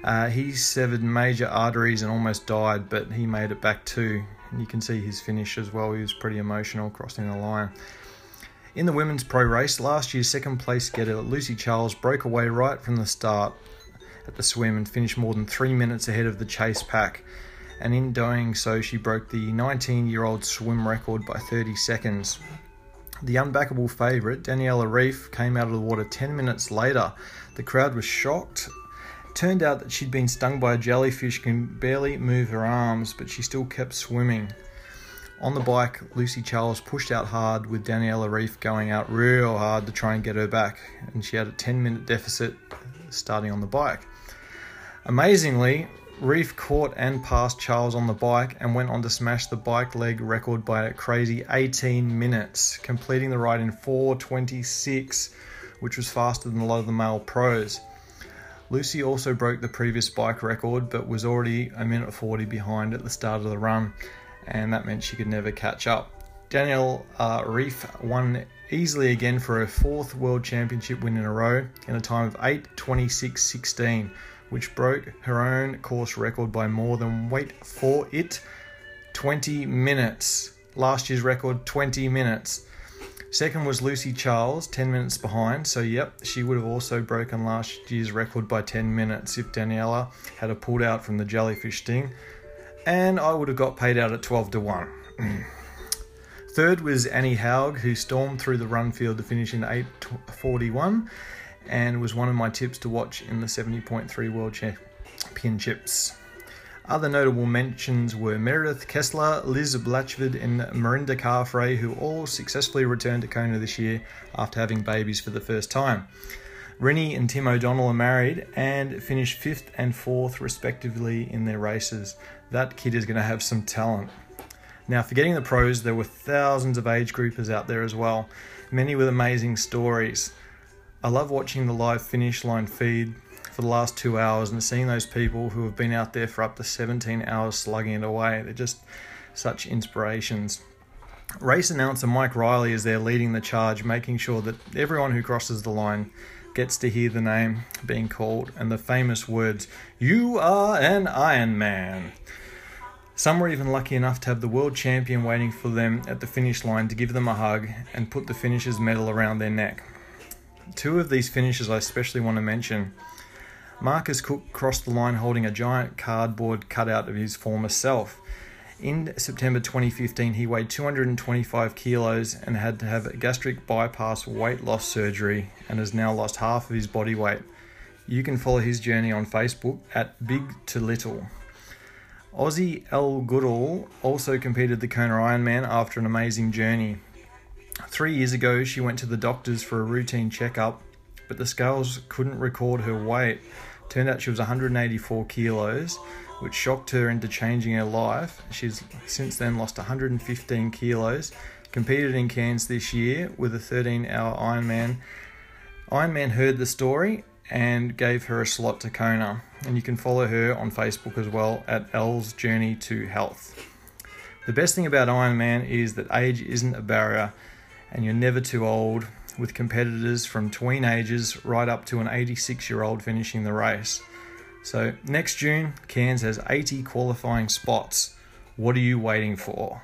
Uh, he severed major arteries and almost died, but he made it back too. And you can see his finish as well. He was pretty emotional crossing the line. In the women's pro race, last year's second place getter Lucy Charles broke away right from the start at the swim and finished more than three minutes ahead of the chase pack. And in doing so, she broke the 19 year old swim record by 30 seconds. The unbackable favourite, Daniela Reef, came out of the water 10 minutes later. The crowd was shocked. It turned out that she'd been stung by a jellyfish, can barely move her arms, but she still kept swimming. On the bike, Lucy Charles pushed out hard with Daniela Reef going out real hard to try and get her back, and she had a 10 minute deficit starting on the bike. Amazingly, Reef caught and passed Charles on the bike and went on to smash the bike leg record by a crazy 18 minutes, completing the ride in 4:26, which was faster than a lot of the male pros. Lucy also broke the previous bike record but was already a minute 40 behind at the start of the run, and that meant she could never catch up. Danielle uh, Reef won easily again for her fourth World Championship win in a row in a time of 8.26.16, which broke her own course record by more than, wait for it, 20 minutes. Last year's record, 20 minutes. Second was Lucy Charles, 10 minutes behind. So, yep, she would have also broken last year's record by 10 minutes if Daniela had a pulled out from the jellyfish sting. And I would have got paid out at 12 to 1. Third was Annie Haug, who stormed through the run field to finish in 841 and was one of my tips to watch in the 70.3 World Championships. Other notable mentions were Meredith Kessler, Liz Blatchford, and Marinda Carfrey, who all successfully returned to Kona this year after having babies for the first time. Rennie and Tim O'Donnell are married and finished fifth and fourth, respectively, in their races. That kid is going to have some talent. Now, forgetting the pros, there were thousands of age groupers out there as well, many with amazing stories. I love watching the live finish line feed for the last two hours and seeing those people who have been out there for up to 17 hours slugging it away. They're just such inspirations. Race announcer Mike Riley is there leading the charge, making sure that everyone who crosses the line gets to hear the name being called and the famous words, You are an Iron Man. Some were even lucky enough to have the world champion waiting for them at the finish line to give them a hug and put the finisher's medal around their neck. Two of these finishes I especially want to mention. Marcus Cook crossed the line holding a giant cardboard cutout of his former self. In September 2015, he weighed 225 kilos and had to have gastric bypass weight loss surgery and has now lost half of his body weight. You can follow his journey on Facebook at Big to Little. Aussie L. Goodall also competed the Kona Ironman after an amazing journey. Three years ago, she went to the doctors for a routine checkup, but the scales couldn't record her weight. Turned out she was 184 kilos, which shocked her into changing her life. She's since then lost 115 kilos, competed in Cairns this year with a 13 hour Ironman. Ironman heard the story and gave her a slot to Kona. And you can follow her on Facebook as well at Elle's Journey to Health. The best thing about Ironman is that age isn't a barrier and you're never too old, with competitors from tween ages right up to an 86 year old finishing the race. So, next June, Cairns has 80 qualifying spots. What are you waiting for?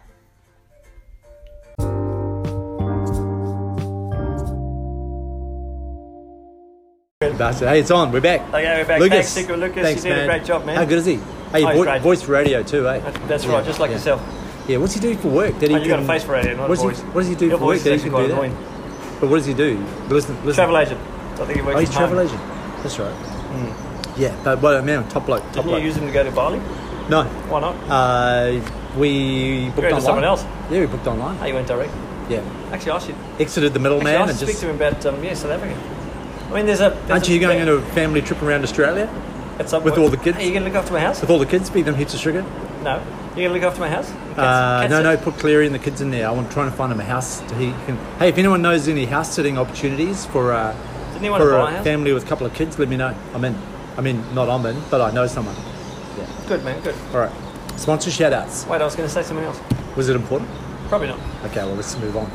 That's it. Hey, it's on. We're back.
Okay, we're back.
Lucas.
Thanks, Nico. Lucas,
Thanks,
you did a
man.
great job, man.
How good is he? Hey,
Oh, he's
vo-
great.
voice radio too, eh?
That's right, just like
yeah.
yourself.
Yeah, what's he do for work? That he
Mate, you got a
can-
face for radio, not
what's
a voice.
He, what does he do
Your
for
voice
work
is
that he
actually
can
quite
do that?
annoying.
But what does he do? Listen, listen.
Travel agent. I think he works
Oh, he's
from home.
travel agent. That's right. Yeah, but what man, top bloke, top
Hmm. Didn't you
bloke.
use him to go to Bali?
No,
Why not?
uh, we booked
Go to
online.
someone else.
Yeah, we booked online.
Oh, you went direct.
Yeah,
Actually, I should.
exited
Actually,
the
I
middleman
should
and
speak
just.
to him about um, yeah, South Africa. I mean, there's a. There's
Aren't
a,
you going on a family trip around Australia
at some
with
point-
all the kids?
Are you going to look after my house?
with all the kids? Feed them heaps of sugar.
No. You going to look after my house? Cats-
Uh,
cats
no,
are-
no, put Cleary and the kids in there. I want trying to find him a house. To, he can. Hey, if anyone knows any house sitting opportunities for uh,
Didn't he want to
for
buy a
a
house?
family with a couple of kids, let me know. I'm in. I mean, not I'm in, but I know someone.
Good man, good.
All right. Sponsor shout outs.
Wait, I was going to say something else.
Was it important?
Probably not.
Okay, well, let's move on.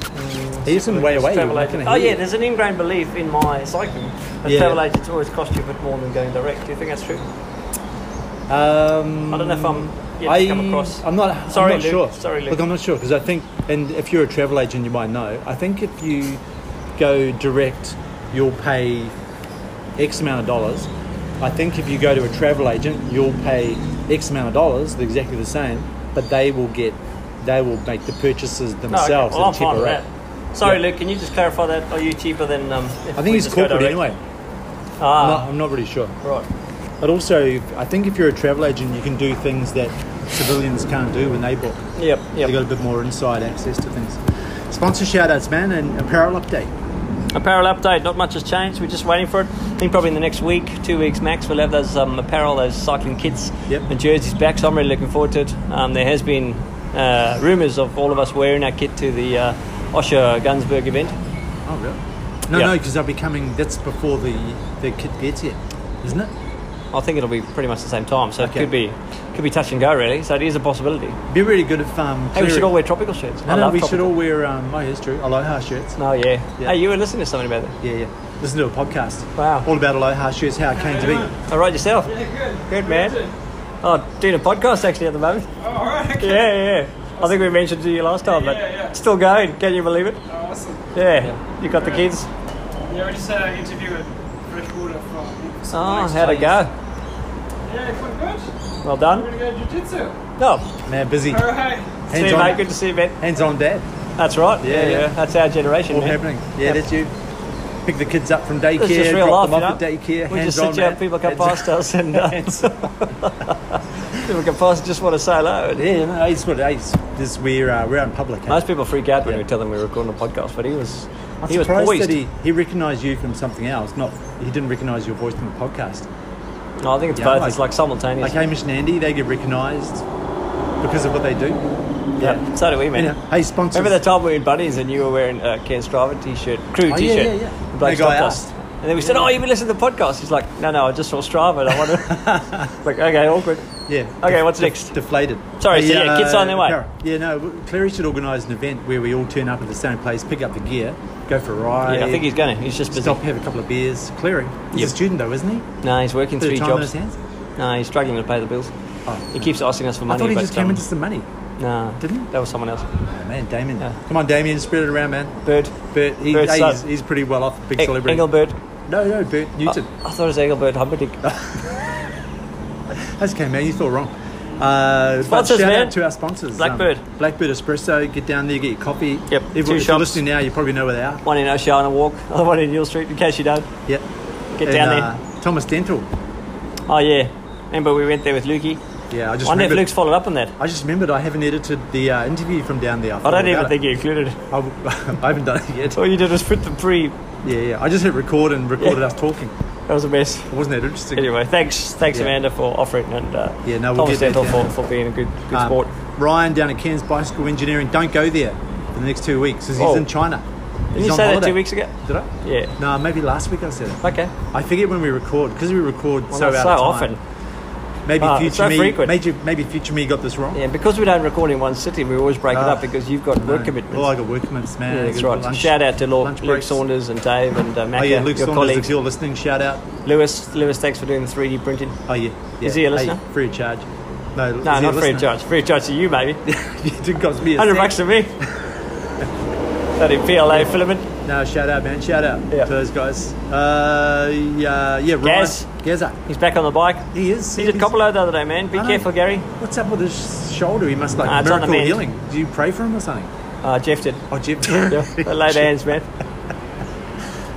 He isn't way away.
Travel
you're not
agent.
gonna
Mm. Oh
hear.
yeah, there's an ingrained belief in my cycling that
Yeah.
travel agents always cost you a bit more than going direct. Do you think that's true?
Um,
I don't know if I'm yet to
I,
come across.
I'm not.
Sorry,
I'm not
Luke.
sure.
Sorry, Luke.
Look, I'm not sure because I think, and if you're a travel agent, you might know. I think if you go direct, you'll pay X amount of dollars. I think if you go to a travel agent, you'll pay X amount of dollars, they're exactly the same, but they will get, they will make the purchases
No, okay.
themselves
well,
at
I'm fine
a cheaper
with
rate.
that. Sorry,
Yeah.
Luke. Can you just clarify that? Are you cheaper than? Um, if
I
we
think it's
just go
corporate
direct?
anyway. I'm not-
Ah,
I'm not really sure.
right.
But also, I think if you're a travel agent, you can do things that civilians can't do when they book.
Yep,
They've got
yep.
a bit more inside access to things. Sponsor shout outs, man, and apparel update.
Apparel update. Not much has changed. We're just waiting for it. I think probably in the next week, two weeks max, we'll have those um, apparel, those cycling kits
Yep.
and jerseys back. So I'm really looking forward to it. Um, there has been uh, rumours of all of us wearing our kit to the uh, Osher Gunsberg event.
Oh, really? No,
Yeah.
no, because they'll be coming, that's before the, the kit gets here, isn't it?
I think it'll be pretty much the same time. So
Okay.
it could be could be touch and go really. So it is a possibility.
Be really good if. Um,
Hey, we should
Cleary-
all wear tropical shirts.
No,
I
no,
love
we should
tropical.
all wear, um, oh, yeah, it's true, aloha shirts.
No, yeah.
Yeah.
Hey, you were listening to something about that.
Yeah, yeah. Listen to a podcast.
Wow.
All about aloha shirts, how it came to be.
All right, yourself. good. man. Oh, doing a podcast actually at the moment. Oh, all right. Yeah, yeah. I think we mentioned it to you last time, but still going. Can you believe it?
Awesome.
Oh, Yeah. You got the kids.
Yeah, we just had an interview with Freshwater from.
Oh, how'd it go?
Yeah, it went good.
Well
We're
done.
gonna go Oh, jiu jitsu.
No.
Man, busy.
All right.
See
Hands
you, mate.
on,
Good to see you, man.
hands on dad.
That's right.
Yeah,
Yeah, yeah.
yeah.
That's our generation,
All
man.
happening. Yeah, that's you. Pick the kids up from daycare,
It's just real
drop
life,
them off
you know.
at daycare.
We
hands
just sit
on,
here,
man.
people come
Hands
past us, and uh,
on.
people come past and just want to say hello. And
yeah, no, it's what it is. This we're uh, we're out in public. eh?
Most people freak out when
Yeah.
we tell them we're recording a podcast, but he was
I'm
he was
surprised
poised.
that he, he recognised you from something else. Not he didn't recognise your voice from a podcast.
No, I think it's
Yeah,
both.
like-
it's like simultaneous.
Like Hamish and Andy, they get recognised because of what they do.
yeah. So do we,
You
man.
know, hey, sponsors.
Remember that time we were in Bunnies and you were wearing a Ken Striver t-shirt, crew
Oh, yeah,
t-shirt.
yeah, yeah.
The bloke
The guy
stopped
asked.
us. And then we said, "Oh, you've been listening to the podcast." He's like, "No, no, I just saw Strava. And I want to." like, okay, awkward.
Yeah.
Okay, what's next?
Deflated.
Sorry, so yeah, kids on their way.
Cara- Yeah, no, w- Clary should organise an event where we all turn up at the same place, pick up the gear, go for a ride.
Yeah, I think he's gonna. He's just busy.
Stop, have a couple of beers. Clary, he's
Yep.
a student though, isn't he?
No, he's working
Bit of
three
time
jobs.
on his hands.
No, he's struggling to pay the bills.
Oh.
He keeps asking us for money.
I thought he
but,
just came
um,
into some money.
No,
didn't he?
That was someone else.
Oh, man, Damien.
Yeah.
Come on, Damien, spread it around, man.
Bird.
Bert, he,
Bert's
hey,
son.
he's, he's pretty well off, big
E-
celebrity.
Engelbert.
No, no, Bert Newton.
I, I thought it was Engelbert Humperdinck.
That's okay, man. You thought wrong. Uh, but
Sponsors,
shout
man.
out to our sponsors, um,
Blackbird.
Blackbird Espresso. Get down there, get your coffee.
Yep,
Everyone, if
two
you're
shops.
listening now, you probably know where they are.
one in Oceana Walk, other one in Neil Street. In case you don't,
Yep.
get down there.
there. Thomas Dental.
Oh yeah, remember we went there with Lukey.
Yeah, I just
Wonder if
remembered.
Luke's followed up on that.
I just remembered I haven't edited the uh, interview from down there.
I
forgot
don't even
about
think
it.
he included it.
I, w- I haven't done it yet.
All you did was put the pre.
Yeah, yeah. I just hit record and recorded
Yeah.
us talking.
That was a mess.
Wasn't that interesting?
Anyway, thanks, thanks
Yeah.
Amanda for offering and uh,
Yeah, no, we'll
Thomas
get that
Dental for,
down.
for being a good good
Um,
sport.
Ryan down at Cairns Bicycle Engineering. Don't go there for the next two weeks because
Oh.
he's in China.
Did you say that two weeks ago?
Did I?
Yeah.
No, maybe last week I said it.
Okay.
I forget when we record because we record
Well,
so out
that's
of
so
time.
often.
Maybe
Ah,
future
so
me,
frequent.
Maybe, maybe future me got this wrong.
Yeah, because we don't record in one city, we always break it
Ah.
up because you've got work
No.
commitments.
Oh, I got work commitments, man.
yeah,
I
that's
got
right.
lunch-
Shout out to Lord,
lunch
Luke
breaks.
Saunders and Dave and uh, Macca,
Oh yeah, Luke
your
Saunders, if
colleagues.
you're listening, shout out.
Lewis, Lewis, thanks for doing the 3D printing.
Oh yeah, yeah.
Is he a listener?
Hey, free of charge. No, is
No,
he a
not free of
listener?
charge. Free of charge to you, maybe.
it did cost me a
Hundred
cent.
bucks to me. that in PLA filament.
No, shout out, man. Shout out
Yeah.
to those guys. Uh, yeah, yeah. Ryan.
Gaz.
Gaza.
He's back on the bike.
He is.
He did Coppolo the other day, man. Be
I know.
careful, Gary.
What's up with his shoulder? He must like
Ah, it's on the
miracle
mend.
healing. Do you pray for him or something?
Uh, Jeff did.
Oh, Jeff.
Yeah, they laid hands, man.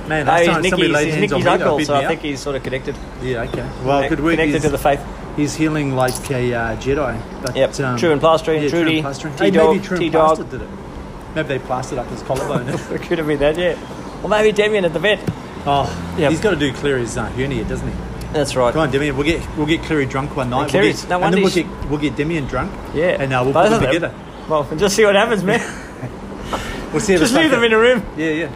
Man,
No,
last
he's
time somebody
Nicky's,
laid
he's
hands on
Nicky's
me, though,
uncle,
beat
so
me
I
up.
think he's sort of connected.
Yeah, okay. Well, good work.
Connected
he's,
to the faith.
he's healing like a uh, Jedi. But, um,
Yep. True and plastering,
Yeah, true
Trudy,
and plastering.
T
Hey, maybe
Dog,
True
T
and
Dog.
Plastered did it. Maybe they plastered up his collarbone.
It could have been that, yeah. Or maybe Damien at the vet.
oh,
Yep.
he's got to do Cleary's uh, hernia, doesn't he?
That's right.
Come on, Demian. We'll get we'll get Cleary drunk one night. we'll
Cleary's-
get,
no
and
wonder
then we'll
he's-
get we'll get Demian drunk.
Yeah.
And uh, we'll
Both
put them
of them.
together.
Well, just see what happens, man.
We'll see. if
just
it's
leave
like
them in a room.
Yeah, yeah.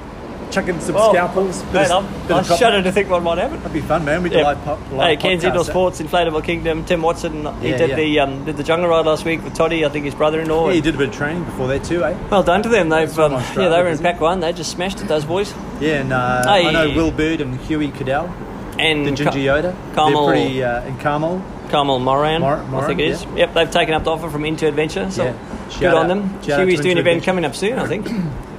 Chuck in some
Oh,
scalpels. bit
Man,
of-
I'm,
bit of
I
copper.
shudder to think what might happen.
That'd be fun, man. We do
Yeah.
live pop.
Hey,
Live
Cairns
podcasts,
Indoor
eh?
Sports, Inflatable Kingdom. Tim Watson, he
Yeah,
did
yeah.
the um, did the jungle ride last week with Toddy, I think his brother-in-law.
Yeah, you
And-
did a bit of training before that too, eh?
Well done to them. They've
Someone
um,
on strike,
yeah, they were in
isn't it?
pack one. They just smashed it, those boys.
Yeah, and uh, I
Hey.
know Will Bird and Huey Cadell,
And
the Ginger Yoda.
Carmel-
They're pretty, uh, and Carmel.
Carmel Moran,
Mor-
I
Moran,
think it is.
yeah.
Yep, they've taken up the offer from Into Adventure. So
Yeah.
good
Shout
on
out-
them.
shout out
Huey's
to
doing an
Into
event
Adventure.
coming up soon, I think.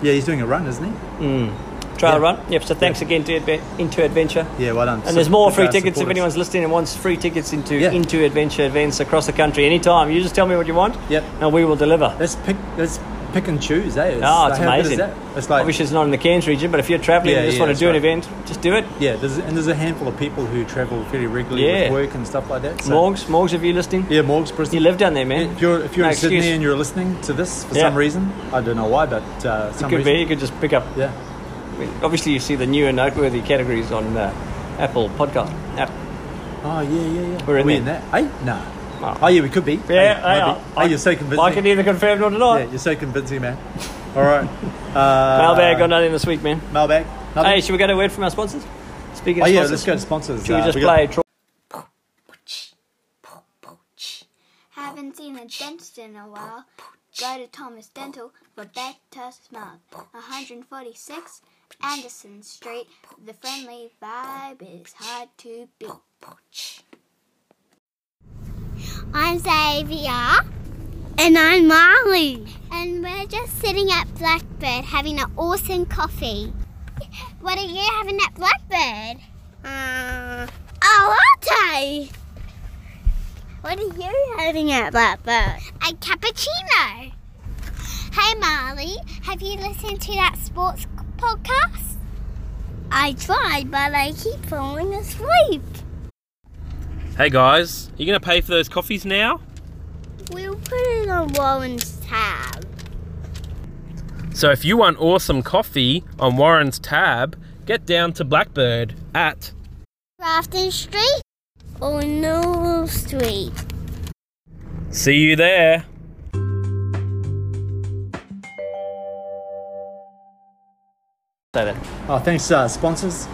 Yeah, he's doing a run, isn't he?
Trail
Yeah.
run. Yep. So thanks again to Adve- Into Adventure.
Yeah, well done.
And there's more free
Support
tickets if
us.
anyone's listening and wants free tickets into
Yeah.
Into Adventure events across the country anytime. You just tell me what you want,
Yep.
and we will deliver.
Let's pick. Let's pick and choose, eh? It's,
Oh, it's
how good is
amazing.
that? It's like
Obviously, it's not in the Cairns region, but if you're travelling
Yeah,
and you just
yeah,
want to
that's
do an
right.
event, just do it.
yeah, there's, and there's a handful of people who travel fairly regularly
Yeah.
with work and stuff like that. So,
Morgs, Morgs, if you listening,
Yeah, Morgs, Brisbane.
you live down there, man.
If you're if you're
No
in Sydney
excuse.
and you're listening to this for
Yeah.
some reason, I don't know why, but uh, some
could
reason,
be. You could just pick up.
yeah,
Obviously, you see the new and noteworthy categories on uh, Apple Podcast app.
oh yeah, yeah, yeah.
We're in
Are
there.
we in that? Hey, no.
Oh.
Oh. yeah, we could be. Hey,
Yeah, I,
might be.
I-
oh, you're so
I can
convincing.
either confirm nor deny.
Yeah, you're so convincing, man. All right. Uh,
Mailbag got nothing this week, man.
Mailbag. Nothing?
Hey, should we go to a word from our sponsors? Speaking
oh
of
yeah,
sponsors,
let's go to sponsors.
should we
Uh,
just
we got-
play Troy?
Haven't seen a dentist in a while. Go to Thomas Dental for better smiles. 146 Anderson Street. The friendly vibe is hard to beat.
I'm Xavier. And I'm Marley. And we're just sitting at Blackbird having an awesome coffee. What are you having at Blackbird? Uh, a latte. What are you having at Blackbird? A cappuccino. Hey, Marley. Molly, have you listened to that sports podcast? I tried, but I keep falling asleep.
Hey guys, you gonna pay for those coffees now?
We'll put it on Warren's tab.
So if you want awesome coffee on Warren's tab, get down to Blackbird at
Grafton Street or Newell Street?
See you there. Say that.
Oh, thanks, uh, sponsors.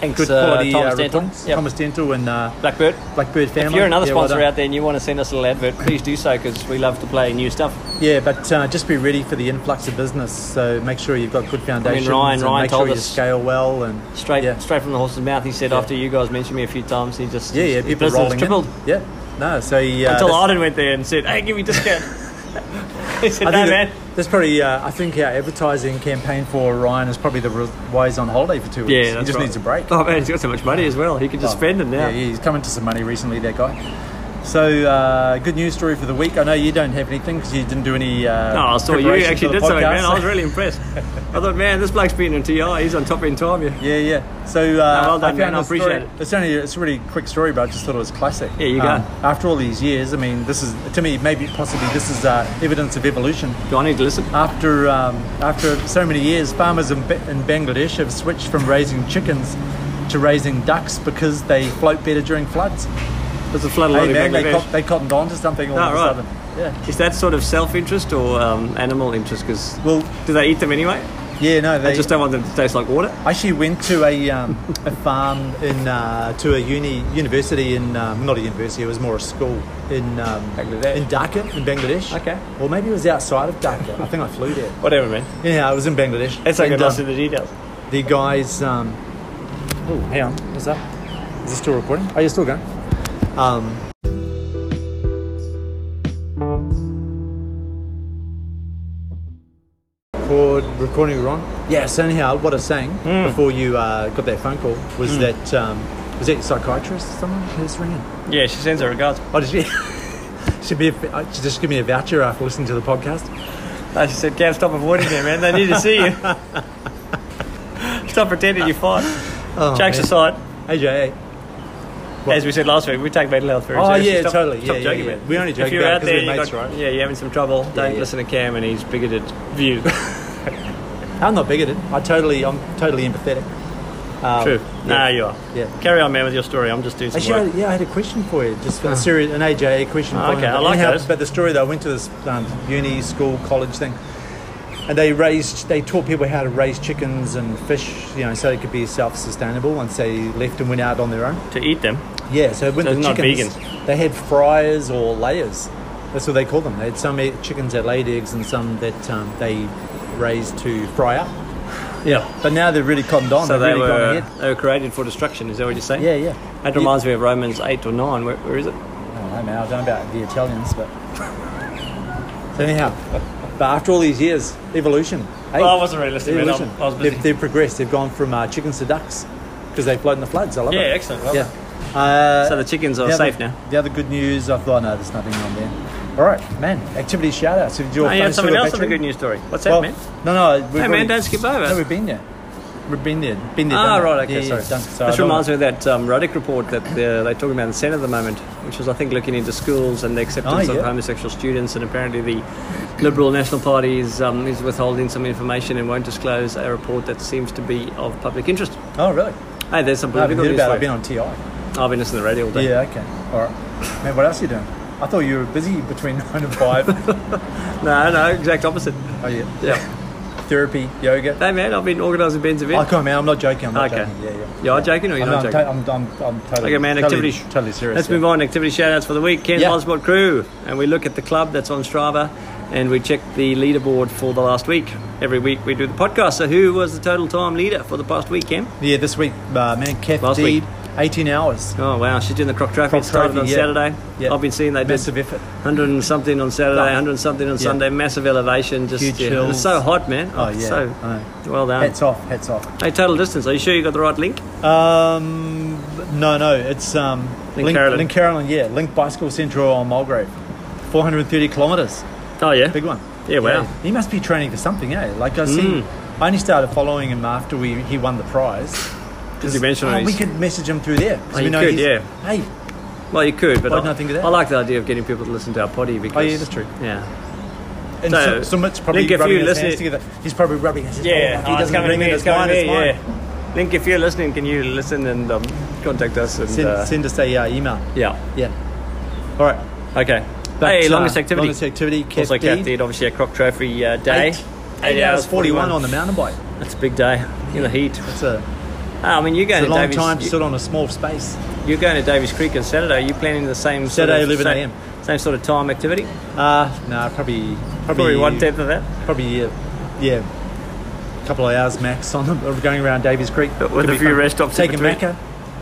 Thanks,
Good
uh,
quality
Thomas
uh,
Dental.
reports.
Yep.
Thomas Dental and uh,
Blackbird.
Blackbird family.
If you're another
Yeah, well
sponsor
done.
out there and you want to send us a little advert, please do so because we love to play new stuff.
Yeah, but uh, just be ready for the influx of business. So make sure you've got good foundations.
Ryan-
and
Ryan
make
told
sure
us-
you scale well and
Straight,
Yeah,
straight from the horse's mouth. He said after you guys mentioned me a few times, he just
yeah, yeah
his
people
business
rolling in.
tripled
Yeah, no. So he, uh,
until
that's-
Arden went there and said, "Hey, give me a discount." he said,
I
"No,
think
man."
that- that's probably. Uh, I think our advertising campaign for Ryan is probably the re- why he's on holiday for two weeks.
Yeah,
he
that's
just
right.
needs a break. Oh,
Oh man, he's got so much money as well. He can just spend it now.
Yeah, yeah, he's come into some money recently, that guy. So, uh, good news story for the week. I know you don't have anything because you didn't do any. Uh,
No, I saw you
preparation for
actually
the
did something,
podcast.
man. I was really impressed. I thought, man, this bloke's been in TI. He's on top in time. Yeah,
Yeah, yeah. So, uh,
well done,
I found
man. I
this story-
appreciate it.
It's only it's a really quick story, but I just thought it was classic. Um,
Yeah, you go.
After all these years, I mean, this is to me maybe possibly this is uh, evidence of evolution.
do I need to listen?
After um, after so many years, farmers in, Ba- in Bangladesh have switched from raising chickens to raising ducks because they float better during floods.
There's a flood of
Hey
hey,
man,
in
they,
Bangladesh.
cop- they cottoned on to something all
Oh,
of a
right.
sudden. Yeah.
Is that sort of self-interest or um, animal interest? Because
Well,
do they eat them anyway?
yeah, no,
They
they.
just don't want them to taste like water.
I actually went to a, um, a farm in uh, to a uni university in um, not a university, it was more a school in um,
Bangladesh.
in Dhaka in Bangladesh.
Okay.
Or maybe it was outside of Dhaka. I think I flew there.
Whatever, man.
Yeah, I was in Bangladesh.
It's like
And,
a lost
um,
in the details.
the guys. Um, oh, hang on. What's up? Is this still recording? Are you still going? Um, record, recording wrong? Yeah, so anyhow, what I was saying before you uh, got that phone call was that um, was that your psychiatrist or someone who's ringing?
Yeah, she sends her regards.
Oh, did she? Should be a, uh, she just give me a voucher after listening to the podcast.
No, she said, "Gav, stop avoiding them, man. They need to see you. stop pretending you're fine."
Oh,
Jokes
man.
aside,
AJ, What?
as we said last week, we take mental health very
Oh,
seriously.
yeah,
Stop-
totally.
Stop
Yeah,
joking,
yeah, yeah.
man.
We only joke
if you're
about it
out
'cause
there,
we're
you
mates,
got-
right?
Yeah, you're having some trouble. Don't
yeah.
listen to Cam and his bigoted views.
I'm not bigoted. I totally, I'm totally empathetic. Um,
True. Nah, you are.
Yeah.
Carry on, man, with your story. I'm just doing some
Actually,
work.
I, yeah, I had a question for you, just for a serious, an AJA question.
Oh,
for
Ah.
you.
okay, I
But
like
anyhow,
those.
But the story though, I went to this um, uni, school, college thing, and they raised, they taught people how to raise chickens and fish, you know, so they could be self-sustainable once they left and went out on their own.
To eat them.
Yeah, so when
So
the
they're not
chickens, they had fryers or layers. That's what they call them. They had some e- chickens that laid eggs and some that um, they raised to fry up.
Yeah.
But now they're really cottoned on.
So they
they've really gone
were,
ahead.
they were created for destruction, is that what you're saying?
Yeah, yeah.
That reminds me of Romans 8 or 9. Where, where is it?
I don't know, man. I don't know about the Italians, but. so, anyhow, but after all these years, evolution. Hey,
Well, I wasn't really listening, man. I was busy.
They've, they've progressed. They've gone from uh, chickens to ducks because they float in the floods. I love
Yeah,
it.
excellent. Well done.
yeah. Uh,
So the chickens are
the
safe
other,
now. Oh,
The other good news, I thought, oh, no, there's nothing on there. All right, man. Activity shout outs. Did your
Oh, you
phone
have
still
something
got
else on the
battery?
good news story. What's that,
Well,
man?
no, no. We've
Hey, man,
already-
don't skip over
No,
us.
we've been there. We've been there. Been there.
Ah,
done that.
right, okay,
Yeah,
sorry.
yeah, done. So I
this
don't
reminds me of that um, Ruddock report that uh, they're, they're talking about in the Senate at the moment, which is, I think, looking into schools and the acceptance
Oh,
of
yeah.
homosexual students. And apparently, the Liberal National Party is, um, is withholding some information and won't disclose a report that seems to be of public interest.
Oh, really?
Hey, there's some
No, I haven't
political
heard
news.
about it.
for
I've been
you.
on TI.
I've been listening to the radio all day.
Yeah, okay. All right. Man, what else are you doing? I thought you were busy between 9 and 5.
No, no, exact opposite.
oh, yeah.
Oh, Yeah.
Therapy, yoga.
hey, man, I've been organising Ben's
I
event.
can't, man. I'm not joking. I'm not
Okay.
joking. Yeah, yeah.
You are joking or you're
I'm,
not
I'm,
joking?
to- I'm, I'm, I'm totally,
Okay, man,
totally,
activity.
totally serious.
Let's move on. Activity shout outs for the week. Ken's
Yeah.
Motorsport Crew. And we look at the club that's on Strava and we check the leaderboard for the last week. Every week we do the podcast. So, who was the total time leader for the past week, Ken?
Yeah, this week, uh, man, Kath
Last
D,
week.
18 hours.
Oh, wow. She's doing the Croc Trophy.
Croc
It started
Trophy,
on
yeah.
Saturday.
Yeah.
I've been seeing they did
Massive effort.
100 and something on Saturday,
Wow.
100 and something on
Yeah.
Sunday. Massive elevation. Just,
Huge
yeah. And It's
hills.
so hot, man.
Oh,
it's
yeah.
So, um,
I know.
well done.
Hats off, hats off.
Hey, total distance. Are you sure you got the right link?
Um, no, no, it's um,
Link Carolyn.
Link Carolyn, yeah. Link Bicycle Central on Mulgrave. 430 kilometres.
Oh, yeah. Mm.
Big one.
Yeah, wow.
He must be training for something, eh? Like I see, I only started following him after we he won the prize.
Because you mentioned
oh,
it,
we
he's-
could message him through there. 'cause
Oh,
we
you could,
he's- Hey,
Well, you could, but
Why didn't
I,
I think of that?
I like the idea of getting people to listen to our potty because.
oh yeah, that's true.
Yeah.
And
So,
so, Summit's probably
Nick, if
rubbing
you
his hands
listen-
together. He's probably rubbing his hands.
Yeah,
Oh, he doesn't ring it, it's mine, it's mine.
yeah. Link, if you're listening, can you listen and um, contact us? And,
Send,
uh,
send us a uh, email.
Yeah.
Yeah. All right.
Okay.
But,
hey,
uh,
longest activity.
Longest activity. Kev
also, Cat
Deed,
did obviously a Croc Trophy uh, day.
Eight, eight hours 41 on the mountain bike.
That's a big day in the heat.
It's a,
Ah, I mean, you're
it's
going
a
to
long
Davies,
time to
you-
sit on a small space.
You're going to Davies Creek on Saturday. Are you planning the same
Saturday,
sort of,
11
same,
a.m..
same sort of time activity?
Uh, no,
Probably
probably probably
one tenth of that.
Probably uh, yeah, yeah, a couple of hours max on them. Or Going around Davies Creek
But with
Could
a
be
few
fun.
rest stops in
Taking
between.
Macca.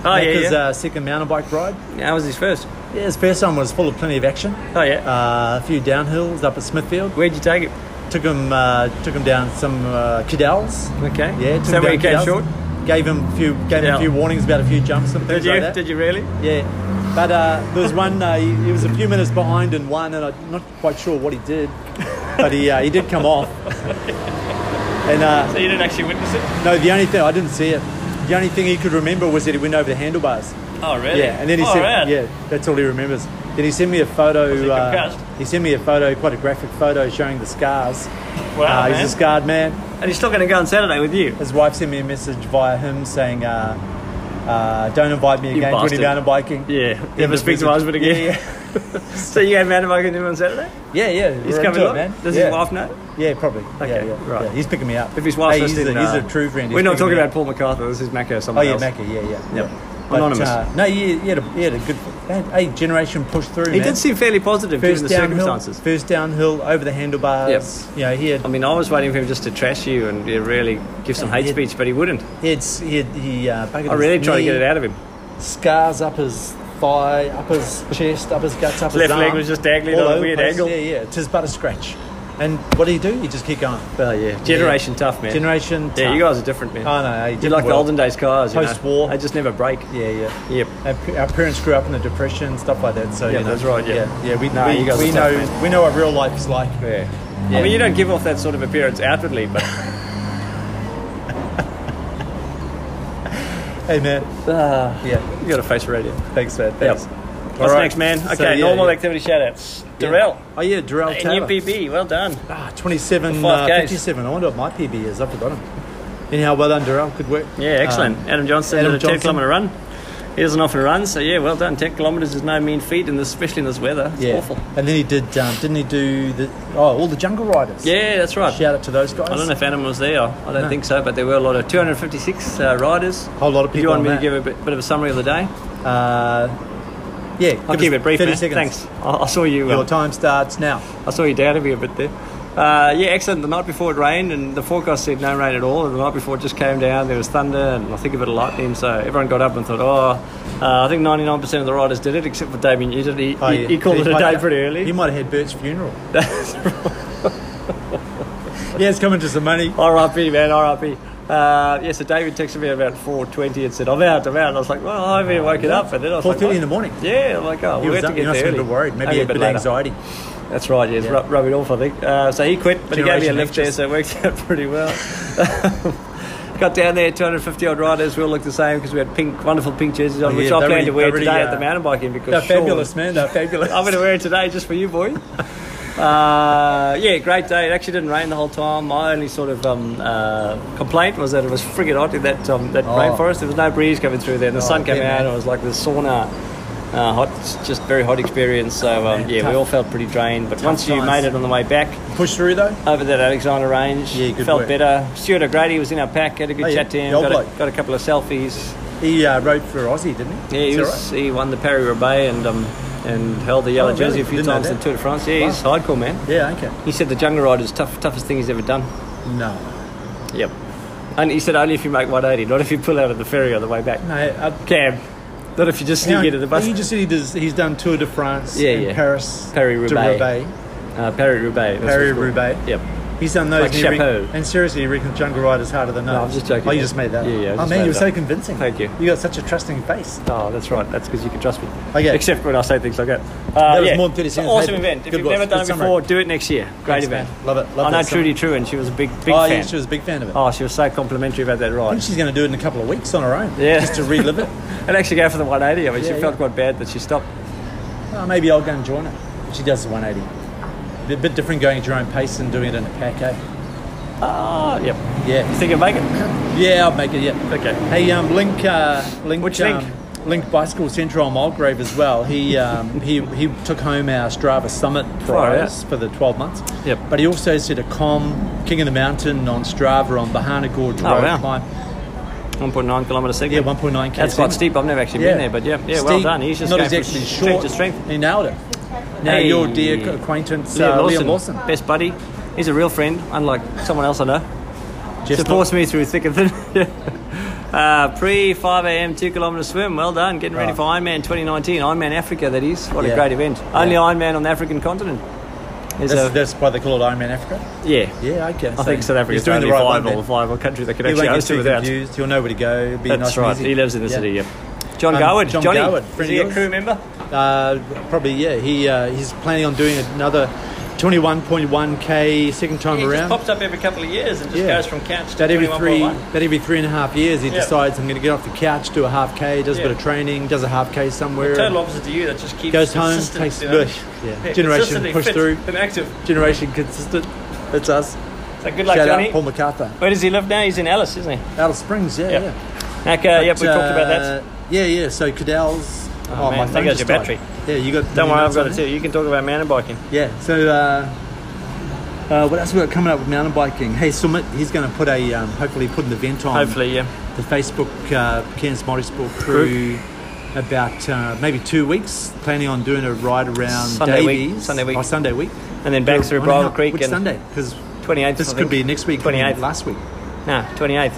Oh, yeah, yeah.
Uh, second mountain bike ride.
How was his first?
Yeah, his first one was full of plenty of action.
Oh yeah.
Uh, a few downhills up at Smithfield.
Where'd you take it?
Took him uh, took him down some uh, Kiddels.
Okay.
Yeah, took
So
him
where
down
you came
Kiddels.
short.
Gave him a few gave him
Yeah.
a few warnings about a few jumps and things
Did you?
like that.
Did you really?
Yeah, but uh, there was one. Uh, he, he was a few minutes behind in one, and I'm not quite sure what he did, but he uh, he did come off. And uh,
So you didn't actually witness it?
no, the only thing I didn't see it. The only thing he could remember was that he went over the handlebars.
Oh really?
Yeah, and then he
oh,
sent
right.
yeah, that's all he remembers. Then he sent me a photo.
he concussed?
uh, he sent me a photo, quite a graphic photo showing the scars.
Wow,
uh,
man.
he's a scarred man.
And he's still going to go on Saturday with you.
His wife sent me a message via him saying, uh, uh, "Don't invite me
You
again to any
bastard.
mountain biking."
Yeah.
End
Never
of
speak to my
message.
husband again.
Yeah, yeah.
so you had mountain biking with him on Saturday?
Yeah, yeah.
He's
we're
coming
into it,
up.
man.
Does
yeah.
his wife know?
Yeah, probably.
Okay,
yeah, yeah,
right.
Yeah, he's picking me up.
If his wife's
hey, he's,
listening,
a, he's
uh,
a true friend. He's
We're not
picking
talking
me
about
up.
Paul MacArthur. This is Macca.
Oh
Someone
yeah,
else.
Macca. Yeah, yeah.
Yep.
But,
Anonymous.
uh, no, he, he had a he had a good. Hey, generation pushed through.
he
man.
did seem fairly positive given
first
the
downhill.
circumstances.
First downhill over the handlebars.
Yep.
You know, he had
I mean, I was waiting for him just to trash you and yeah, really give some hate
Yeah.
speech, but he wouldn't.
he had s- he had he. Uh, buggered
I really
his
tried to get
knee,
it out of him.
Scars up his thigh, up his chest, up his guts, up his
Left
arm,
leg was just dangling
all
on a
over the
weird
place.
angle.
Yeah, yeah. Tis but a scratch. And what do you do? You just keep going.
Well, yeah. Generation tough, man.
Generation.
Yeah,
tough.
you guys are different, man.
Oh, no, you
you
did
like the
well.
olden days cars. you know.
Post-war.
They just never break.
Yeah, yeah.
Yep.
Our, p- our parents grew up in the depression, stuff like that. So
Yeah,
you know,
that's right, yeah.
yeah, yeah, We,
No,
we,
you guys
we
are
know
tough, man.
we know what real life is like.
Yeah.
Yeah.
I mean, you don't give off that sort of appearance outwardly, but
Hey man,
uh,
yeah.
you got to face for radio.
Thanks, man. Thanks.
What's
Ah. right.
next, man?
So,
Okay,
yeah,
normal
yeah.
activity shout outs.
Yeah.
Darrell.
Oh yeah, Darrell
And
Taylor.
UPB, well done.
Ah, 27,
The
uh,
5Ks.
57. I wonder what my PB is. I've forgotten. Anyhow, well done, Darrell. Good work.
Yeah, excellent.
Um,
Adam Johnson
Adam
did a 10
Johnson.
kilometre run. He doesn't often run, so yeah, well done. 10 kilometres is no mean feat, in this, especially in this weather. It's
yeah.
awful.
And then he did. Um, didn't he do the? Oh, all the jungle riders.
Yeah, that's right.
Shout out to those guys.
I don't know if Adam was there. I don't think so, but there were a lot of 256 uh, riders.
Whole lot of
Do you
people
want me to
on that.
give a bit, bit of a summary of the day?
Uh, yeah. give
I'll
us
keep it brief,
30
man.
seconds.
Thanks. I, I saw you.
Your
Um,
time starts now.
I saw you down a wee bit there. Uh, yeah, excellent. The night before it rained, and the forecast said no rain at all. And the night before it just came down. There was thunder, and I think a bit of lightning. So everyone got up and thought, oh, uh, I think 99% of the riders did it, except for Damien Newton. He,
Oh,
he,
yeah.
he called it a
might-
day pretty early.
He might have had Bert's funeral. yeah, it's coming to some money.
RIP, man, RIP. Uh, yeah, so David texted me about 4.20 and said, I'm out, I'm out. And I was like, well, I haven't even woken up. And then I was like,
4.30 in
what?
the morning.
Yeah, I'm like, oh,
He
we
was
had to
up, he
get there
must have
early.
been a bit worried. Maybe
Only
he had a bit of
later.
anxiety.
That's right, yes,
Yeah.
rub, rub it off, I think. Uh, so he quit, but he gave me a
Generation
lift there,
anxious.
so it worked out pretty well. Got down there, 250 odd riders. We all looked the same because we had pink, wonderful pink jerseys on,
Oh,
which
yeah,
I
they're
plan
really-
to wear
they're really,
today at the
uh,
mountain biking because
They're
surely-
fabulous, man. They're fabulous.
I'm going to wear it today just for you, boy. Uh, yeah, great day. It actually didn't rain the whole time. My only sort of um, uh, complaint was that it was friggin' hot in that um, that
Oh.
rainforest. There was no breeze coming through there. And the sun came
yeah,
out.
man.
and It was like the sauna. Uh, hot, it's just very hot experience. So um,
man,
yeah,
tough.
we all felt pretty drained. But once you
times.
made it on the way back
Push through, though.
over that Alexander Range,
Yeah, good
felt
work.
better. Stuart O'Grady was in our pack. Had a good
Oh, yeah,
chat to him.
the old
Got a,
bloke.
got a couple of selfies.
He uh, rode for Aussie, didn't he?
Yeah,
Is
he,
that
was, he won the Paris Roubaix and um, and held the yellow
Oh, really?
jersey a few
Didn't know
times in
that.
Tour de France. Yeah, he's hardcore man.
right? Yeah, okay.
He said the jungle ride is tough, toughest thing he's ever done.
No.
Yep. And he said only if you make 180, not if you pull out of the ferry on the way back.
No, uh,
Cam, not if you just sneak
hang on.
into the bus.
He just said he does, he's done Tour de France
Yeah,
and
yeah.
Paris
Paris
to
Roubaix.
Roubaix.
uh, Paris Roubaix. that's what
Paris
it's called.
Roubaix.
Yep.
He's done those.
Like
and he re-
chapeau.
and seriously, you reckon Jungle Ride is harder than
No,
us?
I'm just joking.
Oh, you just made that.
Yeah, yeah, I
up. Oh
just
man,
made
you were
it
so
up.
convincing.
Thank you.
You got such a trusting face.
Oh, that's right. That's because you can trust me.
Okay.
Except when I say things like that. Uh,
That was
yeah.
more than 30
It's an
seconds.
awesome
Hey,
event. If
good
you've
work.
never done
Good
it
summary.
before, do it next year. Great
Thanks,
event.
man. Love it. Love
I know
that
Trudy True, and she was a big, big
Oh
fan.
yeah, she was a big fan of it.
Oh, she was so complimentary about that
I
ride.
think she's going to do it in a couple of weeks on her own.
Yeah.
Just to relive it.
And actually go for the 180. I mean, she
Yeah,
felt
yeah.
quite bad that she stopped.
Oh, maybe I'll go and join her. She does the 180. A bit different going at your own pace than doing it in a pack, eh?
Oh, yep. You
Yeah.
think you'll make it?
Yeah, I'll make it, yeah.
Okay.
Hey, um, Link, uh, Link,
Which
um,
Link?
Link Bicycle Central on Mulgrave as well. He um, he he took home our Strava Summit
Far
prize for the twelve months.
Oh, Yep.
But he also set a com King of the Mountain on Strava on Bahana Gorge
Oh,
Road
wow.
climb.
1.9 kilometre segment.
Yeah, one point nine k.
That's quite steep. I've never actually been there, but yeah, yeah, well done. He's just
not
going from
exactly
strength
short.
to strength.
He nailed it. Now
Hey.
your dear acquaintance
Liam
uh,
Lawson,
Liam Lawson.
best buddy. He's a real friend, unlike someone else I know.
Just
Supports me through thick and thin. uh, pre 5 a.m. two kilometre swim. Well done. Getting ready
Right.
for Ironman 2019. Ironman Africa, that is. What
Yeah.
a great event. Only Ironman on the African continent. There's
That's,
a-
that's why they call it Ironman Africa.
yeah.
Yeah, okay.
I think South Africa's
he's
the
doing
only
the right one
viable,
then.
viable country that could
He
actually
won't get
host it
too
without.
confused. He'll know where to go. It'll be
That's
nice and
right.
easy.
He lives in the
Yeah.
city. Yeah. John
Um,
Garwood.
John
Johnny.
Garwood, friend
Is he a
of yours?
crew member?
Uh, probably yeah. He uh, he's planning on doing another 21.1k second time
He just
around.
pops up every couple of years and just
Yeah.
goes from couch to
About every three,
21.1.
about every three and a half years, he
Yeah.
decides I'm going to get off the couch, do a half k, does
Yeah.
a bit of training, does a half k somewhere,
Total opposite to you. That just keeps
goes home,
consistent,
takes
you know?
yeah.
Yeah,
generation
consistently
push
fit
through,
and active.
generation consistent. That's us.
So good luck,
Shout
Johnny.
out Paul MacArthur,
Where does he live now? He's in Alice, isn't he?
out of Springs, yeah,
Yep.
yeah.
Okay, yep, we
But,
talked about that.
uh, Yeah, yeah. So Cadell's.
Oh, man, there goes
just
your
died.
battery.
Yeah, you got.
Don't
you
worry,
got
I've got it
something?
too. You can talk about mountain biking.
Yeah. So, uh, uh, what else we got coming up with mountain biking? Hey, Summit, he's going to put a um, hopefully put an event on
Hopefully, yeah.
the Facebook uh, Cairns Motorsport crew. About uh, maybe two weeks, planning on doing a ride around
Sunday week,
Davies.
Sunday week.
Oh, Sunday week.
And then back through
Oh, no,
Bridle Creek
Which
and
Sunday? Because
28th.
this
I
could be
think.
next week.
28th.
Last week.
No, 28th.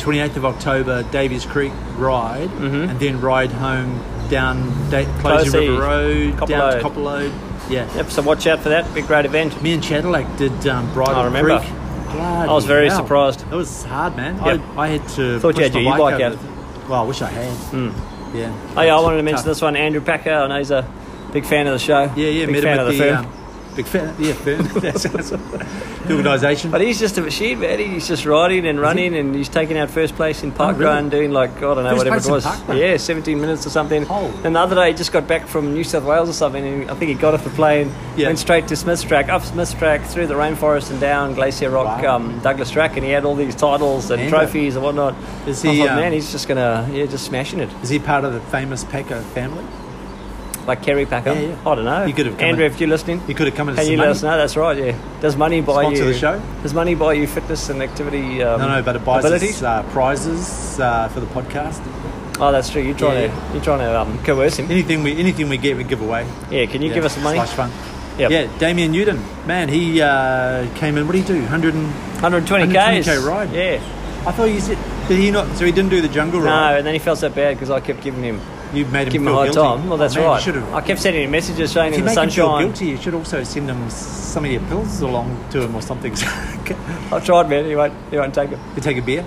28th of October, Davies Creek ride,
Mm-hmm.
and then ride home down da- Closey
Closey,
River Road, down to
Copperlode.
Copperlode. Yeah.
Yep, so watch out for that. Big, great event.
Me and Chatterlake did um, Bridal
I remember.
Creek.
I was very surprised.
It was hard, man.
Yep.
I, I had to.
Thought you
push
had
the
your
bike
e-bike
over. Well, I wish I had. Yeah.
Oh, yeah, I wanted to mention
Tough.
this one. Andrew Packer, I know he's a big fan of the show.
Yeah, yeah.
big
met
fan
him at
of the, firm.
um, big fan. Yeah, firm. That's- that's- the organisation.
But he's just a machine, man. He's just riding and running, and he's taking out first place in parkrun,
Oh, really?
doing like I don't know
First
whatever
place
it
in
was.
parkrun?
Yeah, 17 minutes or something.
Oh.
And the other day, he just got back from New South Wales or something, and I think he got off the plane,
Yeah.
went straight to Smith's Track, up Smith's Track, through the rainforest and down Glacier Rock,
Wow.
um, Douglas Track, and he had all these titles and
Andrew.
trophies and whatnot.
Is
I was
he,
like,
um,
man, he's just gonna yeah, just smashing it
Is he part of the famous Packer family?
like Kerry Packer.
Yeah, yeah.
I don't know.
He could have come
Andrew,
in.
if you're listening,
He could have come in
Can
as
you
money.
let us know? That's right. Yeah. Does money buy
Sponsor
you
the show?
Does money buy you fitness and activity? Um,
No, no, but it buys
abilities?
us uh, prizes uh, for the podcast.
Oh, that's true. You're trying
Yeah,
to you're trying to um, coerce him.
Anything we anything we get, we give away.
Yeah. Can you give us some money?
Slash fun.
Yep.
Yeah, Damien Newton, man, he uh, came in. What did he do? 100 and
120
120K
k's.
ride.
Yeah.
I thought you said did he not? So he didn't do the jungle
No,
ride.
and then he felt so bad because I kept giving him
you made him
giving him
feel
a hard
guilty. Oh,
time. Well, that's
man,
right.
You should have.
I kept sending him messages, showing
If you
him the
make him feel
sunshine.
guilty, you should also send him some of your pills along to him or something. so he can-
I tried, man. He won't he won't take it.
you take a beer,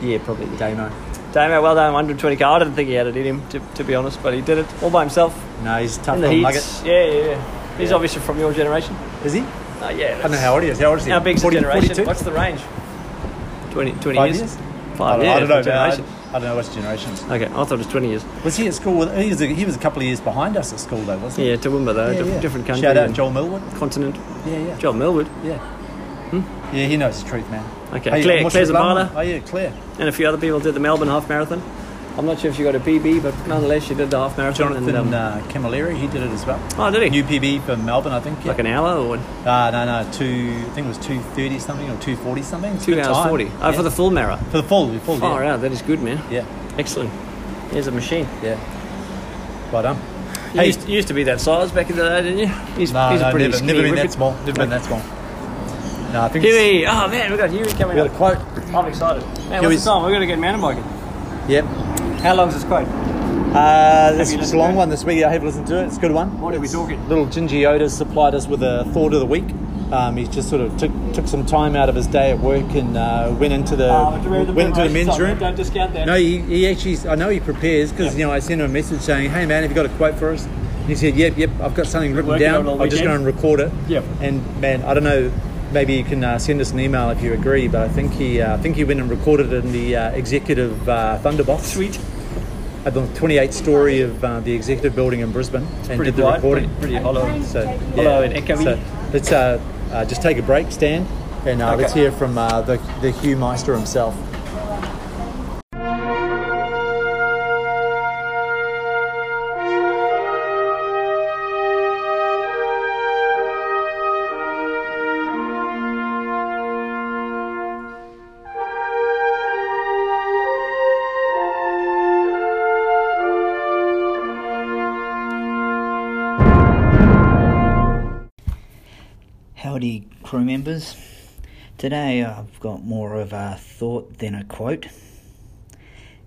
Yeah, probably.
Damo.
Damo, well done. 120k. I didn't think he had it in him, to, to be honest, but he did it all by himself
No, he's tough
in the
on
heat.
Nugget.
Yeah, yeah, yeah. He's obviously from your generation.
Is he?
Oh, yeah.
I don't know how old he is. How old is he?
How big's
40,
the generation?
42?
What's the range? 20, 20
Five
years?
years? Oh, I
Five
don't,
years.
I don't know. man. I,
Generation.
I don't know what's generations.
Okay, I thought it was 20 years.
Was he at school? With, he was a, he was a couple of years behind us at school though, wasn't he?
Yeah, Toowoomba though, diff- different country.
Shout out
and
Joel Millwood.
Continent.
Yeah, yeah.
John Millwood.
Yeah. Yeah, he knows the truth, man.
Okay, Hmm? Claire-
and what's
Claire
the other
Zabala.
one? Oh yeah, Claire.
And a few other people did the Melbourne Half Marathon. I'm not sure if she got a PB, but nonetheless she did the Half Marathon.
Jonathan
and, um,
uh, Camilleri, he did it as well.
oh, did he?
New PB for Melbourne, I think. Yeah.
like an hour or
uh, no, no, two. I think it was two thirty something or two forty something. It's a
two
good
hours
time.
40. Oh,
yeah.
for the full marathon.
for the full, the full.
Oh,
yeah.
yeah, that is good, man.
yeah,
Excellent. Here's a machine.
yeah. Well done.
You,
Hey.
used, you used to be that size back in the day, didn't you? He's,
No,
he's a
no,
pretty
never,
skinny
never been
whippet.
that small. Never been that small. No, I think. it's-
Huey! Oh man, we've got Huey coming
We got
up.
a quote.
I'm excited. Man, what's
Huey's-
the time? We're going to get mountain biking.
Yep.
How long's this quote?
Uh, this
you
it's
listened
a long
to it?
one this week. I have listened to it. It's a good one.
What are we
It's-
talking?
Little Gingy Otis supplied us with a thought of the week. Um, he's just sort of took, took some time out of his day at work and uh, went into the,
Uh, do you remember the
went into the
preparation
men's
time?
room.
Don't discount that.
No, he, he actually, I know he prepares because, you know, I sent him a message saying, hey man, have you got a quote for us? And he said, yep, yep, I've got something written
working on
down.
it all
I'll just go and
weekend."
record it.
Yep.
And man, I don't know, maybe you can uh, send us an email if you agree, but I think he, uh, I think he went and recorded it in the uh, executive uh, Thunderbox.
Sweet.
At the 28th story of uh, the executive building in Brisbane and
pretty
did the
bright,
recording.
pretty- pretty hollow.
So,
Hollow and echoey.
So let's uh, uh, just take a break, Stan, and uh, let's
Okay.
hear from uh, the, the Hugh Meister himself.
Howdy, crew members. Today I've got more of a thought than a quote.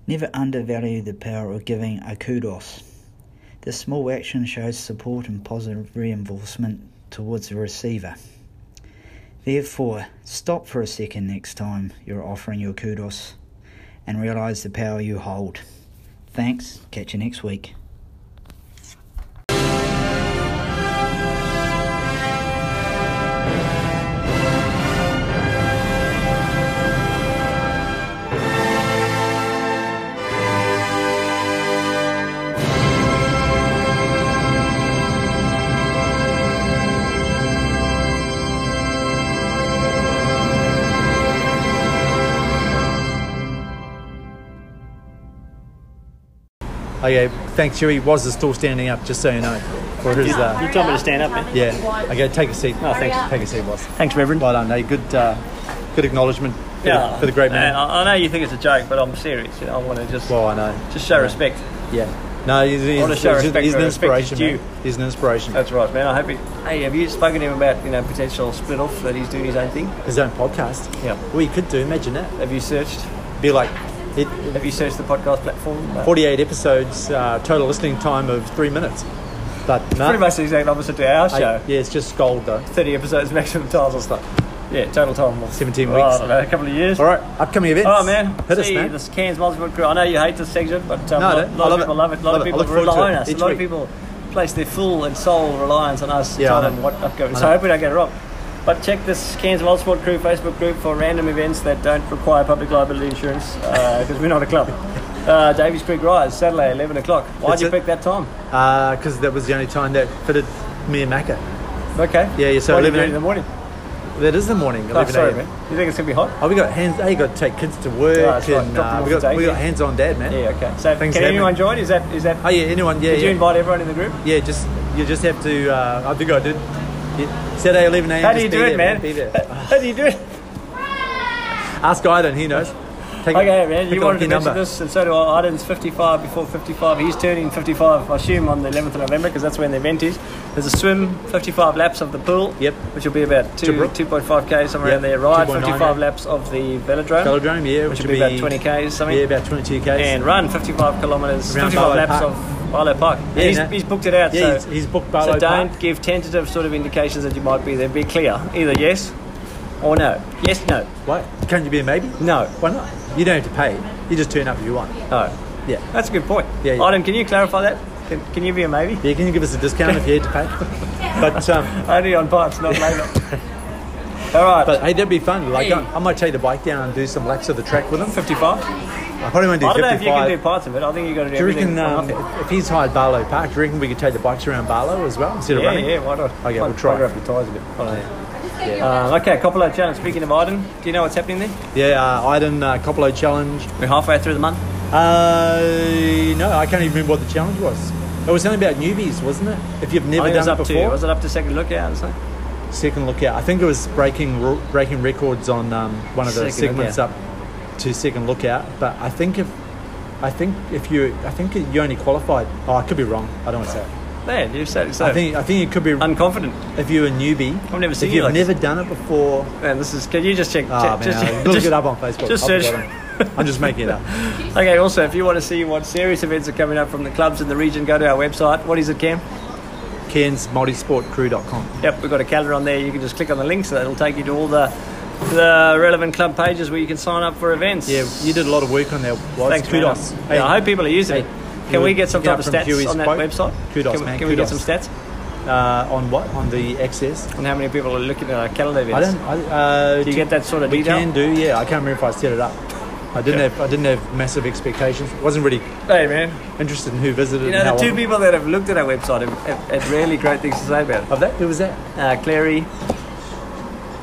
Never undervalue the power of giving a kudos. This small action shows support and positive reinforcement towards the receiver. Therefore, stop for a second next time you're offering your kudos and realize the power you hold. Thanks, catch you next week.
Okay, Oh, thanks, Huey. Was is still standing up, just so you know. Or it is, uh,
You told me to stand up, man.
yeah. Okay, take a seat.
Oh, thanks.
Take a seat, Was.
Thanks, Reverend.
Well done. Hey, good, uh, good acknowledgement for, the, for the great man.
And I, I know you think it's a joke, but I'm serious. You know, I want to just
well, I know.
just show respect.
Yeah. No, he's, he's,
wanna show
he's-
respect
he's
where
an
respect is
inspiration,
due.
man. He's an inspiration.
That's right, man. I hope. He, hey, have you spoken to him about you know potential split off that he's doing his own thing?
His own podcast.
Yeah.
Well, you could do. Imagine that.
Have you searched?
Be like, it,
Have you searched the podcast platform? No.
48 episodes, uh, total listening time of three minutes. But no.
Pretty much the exact opposite to our
I-
show.
yeah, it's just gold though.
Thirty episodes maximum times or stuff. Yeah, total time of
17
oh, I
weeks.
don't know, a couple of years.
All right, upcoming events.
All right, man.
Hit us,
See,
Oh, man.
this Cairns Multiple Crew. I know you hate this section, but um,
No, I
a lot,
don't.
lot
I
of
love
people
it.
love it. A lot
Love
of
it. I
people
look forward
rely
to
on
it
us. A
each
lot of
week.
people place their full and sole reliance on us
Yeah,
to tell
I know.
them what upcoming.
I
So
know.
hopefully I get it wrong. But check this Cairns Multiple Crew Facebook group for random events that don't require public liability insurance because we're not a club. Uh, Davies Creek Rise, Saturday, 11 o'clock. Why'd
That's
you
it.
pick that time?
Because Uh, that was the only time that fitted me and Macca.
Okay.
Yeah, yeah, so
What are you
11
doing in the morning.
That is the morning. 11
Oh, sorry,
a.m.
man. You think it's going to be hot?
Oh, we got hands. Hey, you got to take kids to work,
Yeah, that's right.
and
Drop them
uh,
off
we got
at
we got
daycare.
hands on dad, man.
Yeah, okay. So
Thanks
can
for having
anyone
me.
join? Is that, is that,
Oh yeah, anyone? Yeah,
did
yeah.
you invite everyone in the group?
yeah, just you just have to. Uh, I think I did. Yeah. Saturday, 11 a.m.
How do
just
you
be
do
there,
it, man?
Be there.
How do you do it?
Ask Iden. He knows. Take,
Okay, man,
pick
you
a
wanted
lucky
to mention this, and so do I. Iden's 55 before 55. He's turning 55, I assume, on the 11th of November, because that's when the event is. There's a swim, 55 laps of the pool,
Yep.
which will be about two,
Tobruk.
2.5k, somewhere
Yep,
around there. Ride,
2.9,
55
yeah.
laps of the velodrome,
Velodrome, yeah,
which
which
will
would
be about
be-
20k, something.
Yeah, about 22 k's.
and run 55 kilometres,
Around
55
Barlow
laps
Park.
of Barlow Park. And
Yeah,
he's,
no.
he's booked it out,
Yeah,
so,
he's- he's booked
so
Barlow
don't
Park.
give tentative sort of indications that you might be there. Be clear, either yes or no. Yes, no,
What? Can't you be a maybe?
no,
Why not? You don't have to pay. You just turn up if you want.
no.
Yeah.
That's a good point.
Yeah, yeah.
Item, can you clarify that? Can, can you be a maybe?
Yeah, can you give us a discount if you had to pay? But um,
Only on bikes, not later. All right.
but hey, that'd be fun. Like
Hey.
I, I might take the bike down and do some laps of the track with him.
55.
I probably won't
I
do
don't know if you can
55.
do parts of it. I think you've got to do,
do you
everything.
reckon
for
um,
nothing.
if he's hired Barlow Park, do you reckon we could take the bikes around Barlow as well instead of
yeah,
running?
yeah, why not?
Okay,
Might
we'll try.
bugger up your tyres a bit. I don't know. Um, okay, Coppola Challenge. Speaking of Iden, do you know what's happening there?
Yeah, uh, Iden uh, Coppolo challenge.
We're halfway through the month.
Uh, no, I can't even remember what the challenge was. It was something about newbies, wasn't it? If you've
I
never
think it was
done
up
it
to
before,
was it up to second lookout or something?
second lookout. I think it was breaking ru- breaking records on um, one of the
Second
segments
lookout.
up to second lookout. But I think if I think if you I think you only qualified. Oh, I could be wrong. I don't want to say. It.
Man, you said so.
I think I think you could be
unconfident.
if you're a newbie.
Oh. Um, I've never seen
If
you
you've
like
never done it before,
Man, this is. Can you just check?
oh,
check-
man,
just,
look it up on Facebook.
just
I've
search-
forgotten. I'm just making it up.
Okay. Also, if you want to see what serious events are coming up from the clubs in the region, go to our website. What is it, Cam?
cairnsmultisportcrew.com.
Yep, we've got a calendar on there. You can just click on the links, so that'll take you to all the the relevant club pages where you can sign up for events.
Yeah, you did a lot of work on that. Waz.
Thanks,
Kudos.
man.
Hey.
yeah, I hope people are using
Hey,
it.
you
Can we
were
get some
picking
type
up
of
from
stats
Huey's
on that
quote.
website?
Kudos,
can, we-
man,
Can we get some
kudos.
stats
Uh, on what? On the access?
on how many people are looking at our calendar
I
events?
don't. I, uh,
Do you get that sort of
We
detail?
can do. Yeah, I can't remember if I set it up. I didn't have. I didn't have massive expectations. wasn't really
Hey, man.
interested in who visited.
You
and
know,
how
the two
often.
people that have looked at our website have, have, had really great things to say about it.
Of that, who was that?
Uh, Clary,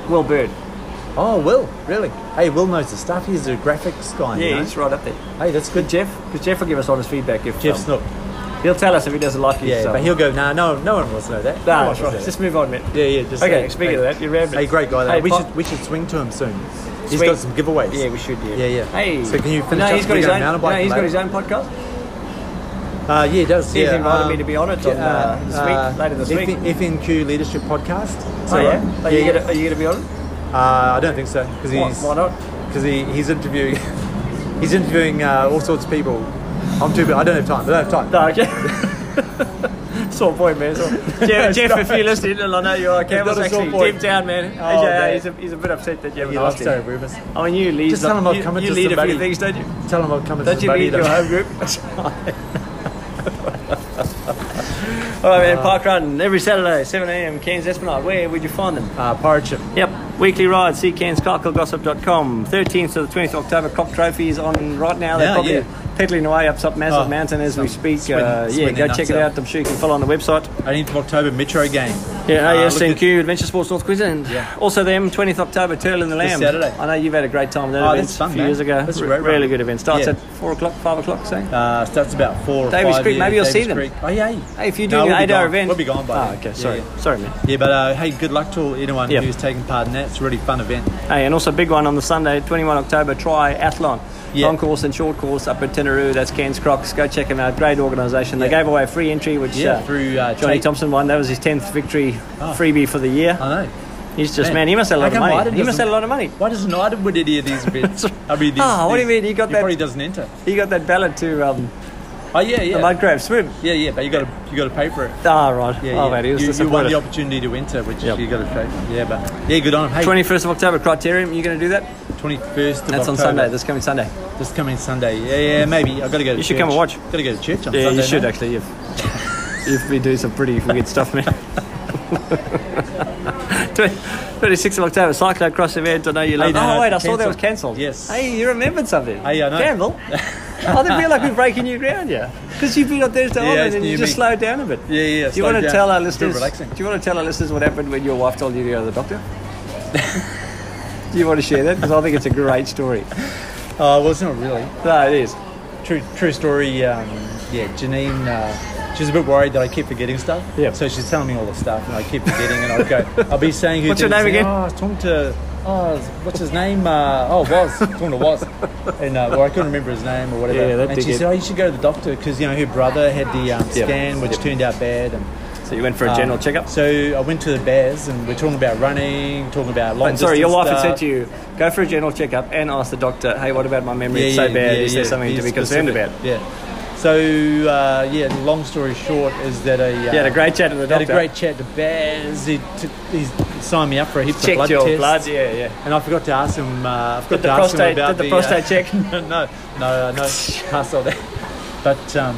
Will Bird.
Oh, Will. Really? Hey, Will knows the stuff. He's a graphics guy. you
yeah,
know?
he's right up there.
Hey, that's good.
Jeff, because Jeff will give us honest feedback if
Jeff
um,
Snook.
He'll tell us if he doesn't like it.
Yeah,
so.
but he'll go. Nah, no, no one wants to know that.
No,
one
that's
wants to
right.
know that."
Just move on, man.
Yeah, yeah. Just
Okay,
hey,
speaking of
hey,
that, you rambled.
Hey, great guy. though.
Hey,
we
Pop-
should we should swing to him soon. He's
Swing.
got some giveaways.
Yeah, we should. Yeah,
Yeah, yeah.
Hey,
So can you finish
No,
up
he's got
with
his
your
own.
mountain
no,
bike,
he's got
mate?
his own podcast.
Uh, yeah, it does.
He's
yeah, um,
invited me to be on it on, uh, this week, later this week.
F- FNQ Leadership Podcast.
oh yeah, are you
yeah.
gonna are you gonna be on? it?
Uh, I don't think so because
Why-
he's
why not?
Because he, he's interviewing he's interviewing uh, all sorts of people. I'm too. bu- I don't have time. I don't have time.
No, okay. Sore point, man. Sore. Jeff, Jeff if you're listening, and I know you are, Cam
not
was
a sore
actually
point.
deep down, man.
Oh,
yeah,
man.
He's, a, he's a bit upset that you haven't
Yeah, I'm
asked
sorry,
him.
Rubus.
I mean, you lead.
Just tell him I've
you,
come
you
into
lead a
somebody.
few things, don't you?
Tell him I'll come into
Don't you
somebody.
lead your
though.
home group? All right,
Uh,
man. Park run every Saturday, 7 a.m. Cairns Esplanade. Where would you find them?
Uh, Porridge.
Yep. Weekly ride, see cairnscarclegossip.com. 13th to the 20th October. Cock Trophy is on right now. They're
Yeah,
probably
yeah.
peddling away up some massive
Oh,
mountain as we
some
speak.
swing-
uh, yeah,
swinging
go
nuts
check it
out.
out. I'm sure you can follow on the website.
18th of October Metro game.
Yeah,
Uh,
ASNQ,
look at-
Adventure Sports North Queensland.
Yeah.
Also them, 20th October, Turtle and the
This
Lamb.
Saturday.
I know you've had a great time with that
Oh,
event
that's fun,
a few
man.
years ago.
That's a
Re-
great
really
run.
good event. Starts
Yeah.
at 4 o'clock, 5 o'clock, say?
Uh, starts about four. Or
Davies
five,
Creek,
yeah,
maybe you'll
Davies
see them.
Creek. Oh yeah.
Hey, if you do
No,
an
we'll be
eight-hour
gone.
event...
we'll be gone by
Ah,
then.
okay,
Yeah,
sorry.
yeah.
Sorry, man.
Yeah, but uh, hey, good luck to anyone
Yep.
who's taking part in that. It's a really fun event.
Hey, and also big one on the Sunday, 21 October, triathlon.
Yeah.
Long course and short course up at Tinaroo. That's Cairns Crocs. Go check them out. Great organisation. They
Yeah.
gave away a free entry, which
Yeah,
uh,
through uh,
Johnny
Tate.
Thompson won. That was his 10th victory
Oh.
freebie for the year.
I know.
He's just,
Man,
man, he must have a
how
lot of
come Wyden
money. He must
doesn't-
have a lot of money.
Why doesn't I win any of these events? I mean, these,
Ah, what do you
these-
mean? You got
he
that-
probably doesn't enter.
He got that ballot to um,
Oh yeah, yeah,
the mud crab swim.
yeah, yeah. But you got to you got to pay for it.
Ah, right.
Yeah,
oh,
yeah.
man, he was
you, you won
disappointed.
the opportunity to enter, which
Yep.
you got to pay. For. Yeah, but yeah, good on him. Hey,
21st of October, Criterium. You going to do that?
21st of
That's on
October.
Sunday. That's coming Sunday.
this coming Sunday. Yeah, yeah, maybe. I got to go. to
You should come and watch.
Got to go to church on
Yeah,
Sunday.
you should
night.
actually. If if we do some pretty weird stuff, man. 26th of October, cyclocross event. I know you love.
no,
oh
no,
wait, I saw that was
cancelled.
cancelled.
Yes.
Hey, you remembered something.
Hey, I know.
Campbell. I didn't feel like we're breaking new ground, yeah. Because you've been on Thursday
Yeah,
yeah,
it's
and you
new
just
me.
slowed down a bit.
Yeah, yeah,
Do you
slowed
want to
down.
tell our
Bit
listeners?
relaxing.
Do you want to tell our listeners what happened when your wife told you to go to the doctor? do you want to share that? Because I think it's a great story.
Oh, well, it's not really.
No, it is.
True, true story. Um, yeah, Janine. Uh, she was a bit worried that I keep forgetting stuff.
Yeah.
So she's telling me all the stuff, and I keep forgetting, and I'd go, I'll be saying, who
What's your
did it,
name
saying,
again?
Oh, I was talking to. Oh, what's his name? Uh, oh, Waz. talking to Waz, and uh, or I couldn't remember his name or whatever.
Yeah, that
and she
dickhead.
said, "Oh, you should go to the doctor because you know her brother had the um,
Yep.
scan, which turned out bad." And
So you went for a
um,
general checkup.
So I went to the Bears, and we're talking about running, talking about long.
But sorry, your wife
distance
had
stuff.
said to you, go for a general checkup and ask the doctor, hey, what about my memory? it's so bad. Is there something
be
to be concerned
specific.
about?
Yeah. So uh, yeah, long story short is that I uh,
You had a great chat to the
had
doctor.
a great chat to Baz. He, took he signed me up for a heaps of
Checked
blood
your
tests.
blood, yeah, yeah.
And I forgot to ask him. Uh, I forgot
Did the
to ask
prostate-
him about uh,
did the prostate check?
no, no, uh, no, no. Pass all that. But um,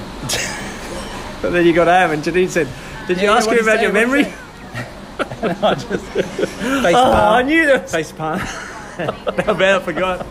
But then you got home and Janine said, did you
Yeah,
ask
what
her
did he
about
say?
your
What did he
memory?
say? face
Oh, I
palm,
knew that.
face palm. How bad I forgot.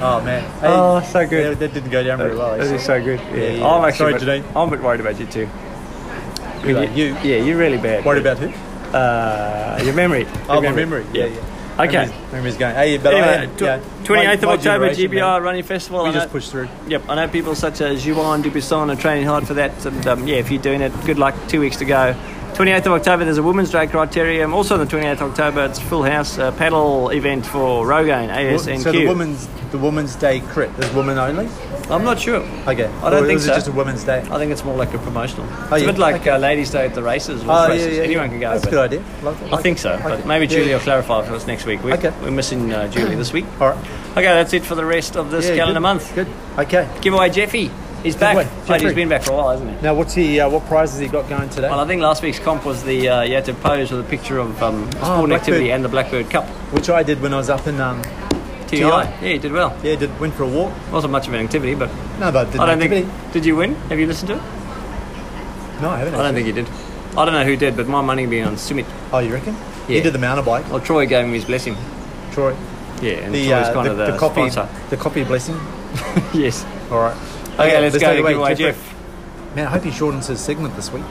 Oh man. Hey,
Oh, so good.
That, that didn't go down very well.
This
actually.
is so good.
Yeah, yeah.
I'm actually a
Sorry,
bit, I'm a bit worried about you too.
Who are you?
Yeah, you're really bad.
Worried about who?
uh, your memory. Your
Oh, my memory. Yeah, yeah.
Okay.
Memory's, memory's going. Hey, but I
Anyway,
had,
tw-
yeah,
28th of
my- my
October,
generation,
GBR
man,
Running Festival.
We
I
just
know-
pushed through.
Yep, I know people such as Juan Dubuisson are training hard for that. And um, yeah, if you're doing it, good luck. Two weeks to go. 28th of October, there's a Women's Day Criterium. Also on the 28th of October, it's Full House uh, paddle event for Rogaine, ASNQ.
So the women's the women's day crit is women only.
I'm not sure.
Okay.
I don't
or
think
is
so. Uh,
it just a women's day?
I think it's more like a promotional.
Oh,
it's
yeah. Oh,
a bit like uh, Ladies' Day at the races. Or races. Anyone can go.
That's a
but-
good idea. Love it.
I think so.
Okay.
But maybe
Yeah.
Julie will clarify for us next week. We,
Okay.
We're missing uh, Julie this week.
All right.
Okay, that's it for the rest of this
Yeah,
calendar
good.
month.
Good. Okay.
Giveaway Jeffy. He's back.
Wait,
Mate, he's
Jeffrey.
been back for a while, hasn't he?
Now, what's he? Uh, what prize has he got going today?
Well, I think last week's comp was the uh, you had to pose with a picture of um,
Ah,
sporting activity
Blackbird.
and the Blackbird Cup.
Which I did when I was up in um,
TI. Yeah, you did well.
Yeah, did went for a walk.
Wasn't much of an activity, but
No, but I did
I don't
an activity.
think. Did you win? Have you listened to it?
No, I haven't.
I don't
actually.
think you did. I don't know who did, but my money would be on Sumit.
Oh, you reckon?
Yeah.
He did the mountain bike.
Well, Troy gave him his blessing.
Troy.
Yeah, and
the,
Troy's
uh,
kind
the,
of the,
the coffee,
sponsor.
the coffee blessing.
yes.
All right.
Okay, let's go to
take it away,
giveaway,
Jeffrey. Man, I hope he shortens his segment this week.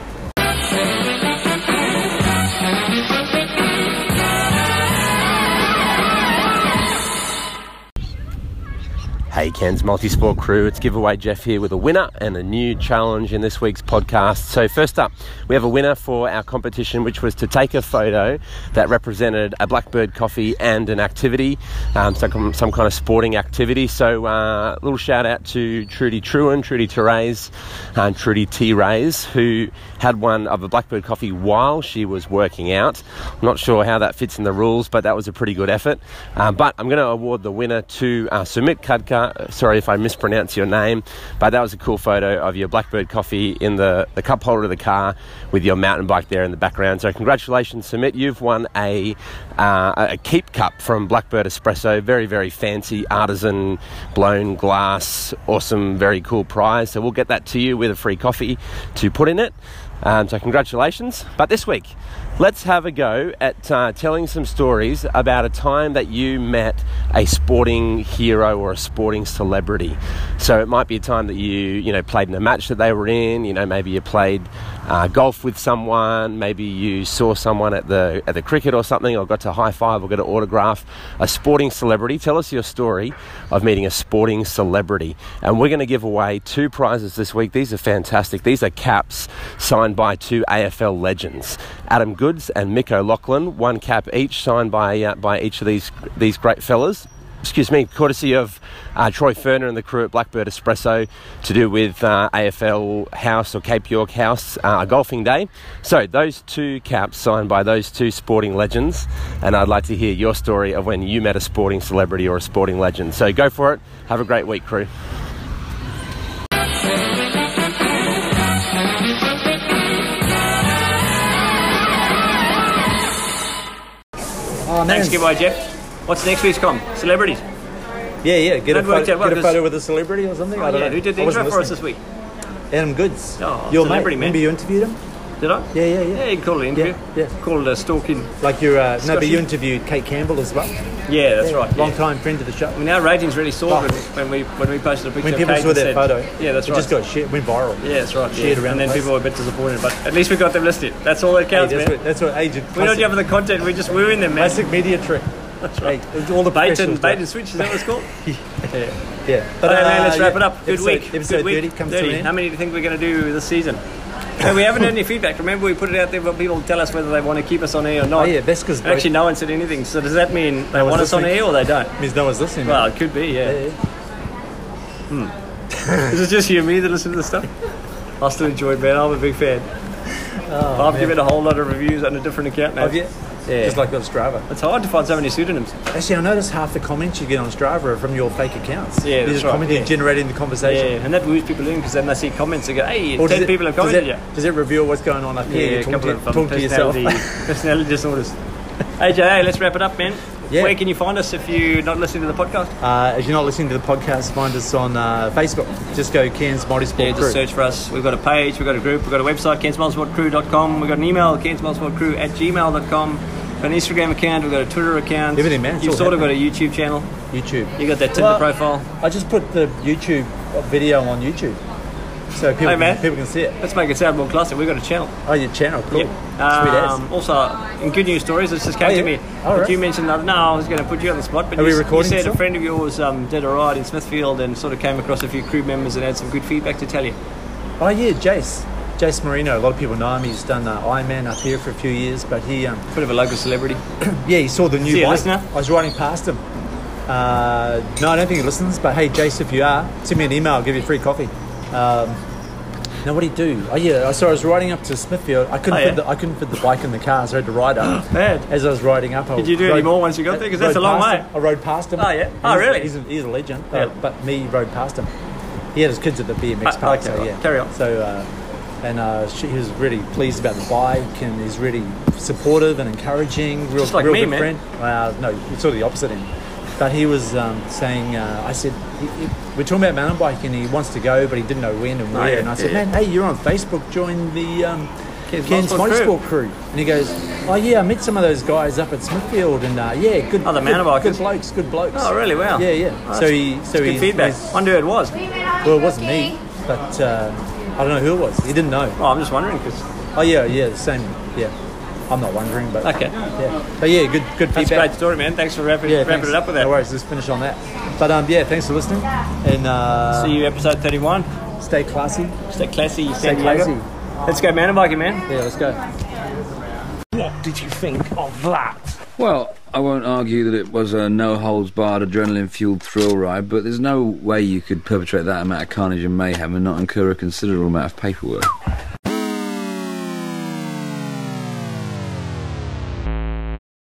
Hey Ken's Multisport crew, it's giveaway Jeff here with a winner and a new challenge in this week's podcast. So, first up, we have a winner for our competition, which was to take a photo that represented a Blackbird coffee and an activity, um, some, some kind of sporting activity. So, uh, a little shout out to Trudy Truen, Trudy Therese, and Trudy T. Rays, who had one of a Blackbird coffee while she was working out. I'm not sure how that fits in the rules, but that was a pretty good effort. Um, but I'm going to award the winner to uh, Sumit Kadka. Sorry if I mispronounce your name, but that was a cool photo of your Blackbird coffee in the, the cup holder of the car with your mountain bike there in the background. So, congratulations, Sumit. You've won a, uh, a keep cup from Blackbird Espresso. Very, very fancy artisan blown glass. Awesome, very cool prize. So, we'll get that to you with a free coffee to put in it. Um, so, congratulations. But this week, let's have a go at uh, telling some stories about a time that you met a sporting hero or a sporting celebrity. So, it might be a time that you, you know, played in a match that they were in, you know, maybe you played uh, golf with someone, maybe you saw someone at the, at the cricket or something, or got to high five or got an autograph. A sporting celebrity. Tell us your story of meeting a sporting celebrity. And we're going to give away two prizes this week. These are fantastic. These are caps signed by two AFL legends, Adam Goods and Mick O'Loughlin. One cap each, signed by uh, by each of these these great fellas. Excuse me, courtesy of uh, Troy Ferner and the crew at Blackbird Espresso to do with uh, AFL House or Cape York House uh, golfing day. So, those two caps signed by those two sporting legends, and I'd like to hear your story of when you met a sporting celebrity or a sporting legend. So, go for it. Have a great week, crew.
Thanks, giveaway, Jeff. What's next week's comp? Celebrities.
Yeah, yeah. Get a
That worked
photo,
out well,
get a
'cause-
photo with a celebrity or something. I
Oh,
don't
yeah,
know.
who did the
I
intro
wasn't
for us
listening.
this week?
Adam Goods.
Oh,
Your mate.
celebrity, man.
Remember you interviewed him?
Did I?
Yeah, yeah, yeah.
Yeah, you called it an interview.
Yeah,
Called it a stalking.
Like you're, uh, no, but
Discussion.
you interviewed Kate Campbell as well.
Yeah, that's
Yeah,
right.
Long
yeah.
time friend of the show.
I mean, our ratings really
Oh.
soared when, when we when we posted a picture.
When
of
people
Kate
saw
and
that
said-
photo,
yeah, that's
it
right.
just got shared, went viral.
yeah, that's right.
Shared
yeah. and
around the
then
place.
people were a bit disappointed, but at least we got them listed. That's all that counts,
Hey, that's,
man.
what, that's what agent.
we don't have the content. We just we're in them, man.
Classic media trick.
That's right.
It's all the
bait
professionals
and
do
bait
it.
and switch. Is that what it's called? yeah.
Yeah.
But
uh,
man, let's wrap
yeah,
it up. Good
episode-
week.
Episode
Good week.
30 comes to an end.
How many do you think we're going to do this season? Hey, we haven't had any feedback. Remember, we put it out there for people to tell us whether they want to keep us on air or not.
Oh, yeah, that's 'cause both-
actually no one said anything. So does that mean they
No one's
want us on
listening.
air or they don't?
Means no one's listening.
Well, it could be. Yeah. Hmm. Is it just you and me that listen to this stuff? I still enjoy it, man. I'm a big fan. I've
Oh, man.
given a whole lot of reviews on a different account now.
Have you?
Yeah.
Just like on Strava.
It's hard to find so many pseudonyms.
Actually, I noticed half the comments you get on Strava are from your fake accounts.
Yeah,
You're
that's
just
right,
commenting,
yeah.
generating the conversation.
Yeah, and that moves people in because then they see comments and go, hey, 10
it-
people have
does
commented.
it,
yeah.
Does it reveal what's going on up
Yeah,
here?
a
talk
couple
to,
of um,
talk to yourself.
personality, personality disorders. AJ, hey, let's wrap it up, man.
Yeah.
Where can you find us if you're not listening to the podcast?
Uh, if you're not listening to the podcast, find us on uh, Facebook. Just go Cairns Multisport
Yeah,
Crew.
just search for us. We've got a page, we've got a group, we've got a website, cairnsmilesworldcrew.com. We've got an email, cairnsmilesworldcrew at gmail.com. We've got an Instagram account, we've got a Twitter account.
Everything, man, it's
You've
all
sort of got a
happening.
YouTube channel.
YouTube.
you got that Tinder
Well,
profile.
I just put the YouTube video on YouTube, so people
Hey,
can,
man.
people can see it.
Let's make it sound more classic. We've got a channel.
Oh, your channel, cool. Sweet ass.
Um, also, in good news stories, this just came
Oh, yeah.
to me.
All
but
right.
you mentioned that. No, I was going to put you on the spot. But
Are
you,
we
s- you
recording
said
still?
a friend of yours um, did a ride in Smithfield and sort of came across a few crew members and had some good feedback to tell you.
Oh yeah, Jace. Jace Marino. A lot of people know him. He's done uh, Ironman up here for a few years, but he, um,
Bit of a local celebrity.
yeah, he saw the new
he a
bike.
listener?
I was riding past him. Uh, no, I don't think he listens. But hey, Jace, if you are, send me an email. I'll give you free coffee. Um, now what do you do? Oh yeah, I so I was riding up to Smithfield. I couldn't
Oh, yeah.
fit the, I couldn't fit the bike in the car, so I had to ride up.
Bad.
As I was riding up, I
Did you do any
rode-
more once you got there? Because that's a
rode
long
past
way.
him. I rode past him.
Oh, yeah? Oh,
He's-
really?
He's a, he's a legend.
Yeah.
Uh, but me rode past him. He had his kids at the BMX
Ah,
park.
okay,
so
right.
yeah.
Carry on.
So, uh, and uh, she, he was really pleased about the bike, and he's really supportive and encouraging. Real,
Just like
real
me,
good
man.
friend. Uh, no, it's sort of the opposite end. But he was um, saying, uh, I said, he, he- we're talking about mountain bike, and he wants to go, but he didn't know when and
Oh,
where.
yeah,
and I
yeah,
said,
yeah.
man, hey, you're on Facebook. Join the um,
Cairns
Cairns
Motorsport Crew."
Motorsport crew. And he goes, oh yeah, I met some of those guys up at Smithfield, and uh, yeah, good.
Other
good-
mountain bikers.
good blokes, good blokes.
Oh, really? Wow.
Yeah, yeah.
Oh,
so
that's-
he,
that's
so
good
he,
feedback.
he's-
I knew it was.
well, it wasn't me, but uh, I don't know who it was. He didn't know.
Oh, I'm just wondering because.
Oh yeah, yeah, the same. Yeah, I'm not wondering, but
Okay.
Yeah, but yeah, good, good
That's a
feedback.
great story, man. Thanks for wrapping,
Yeah,
wrapping
thanks.
it up with that.
No worries. Let's finish on that. But um, yeah, thanks for listening, and uh,
See you episode 31.
Stay classy.
Stay classy,
Stay
San Diego.
classy.
Let's go mountain biking, man.
Yeah, let's go.
What did you think of that?
Well, I won't argue that it was a no holds barred adrenaline fueled thrill ride, but there's no way you could perpetrate that amount of carnage and mayhem and not incur a considerable amount of paperwork.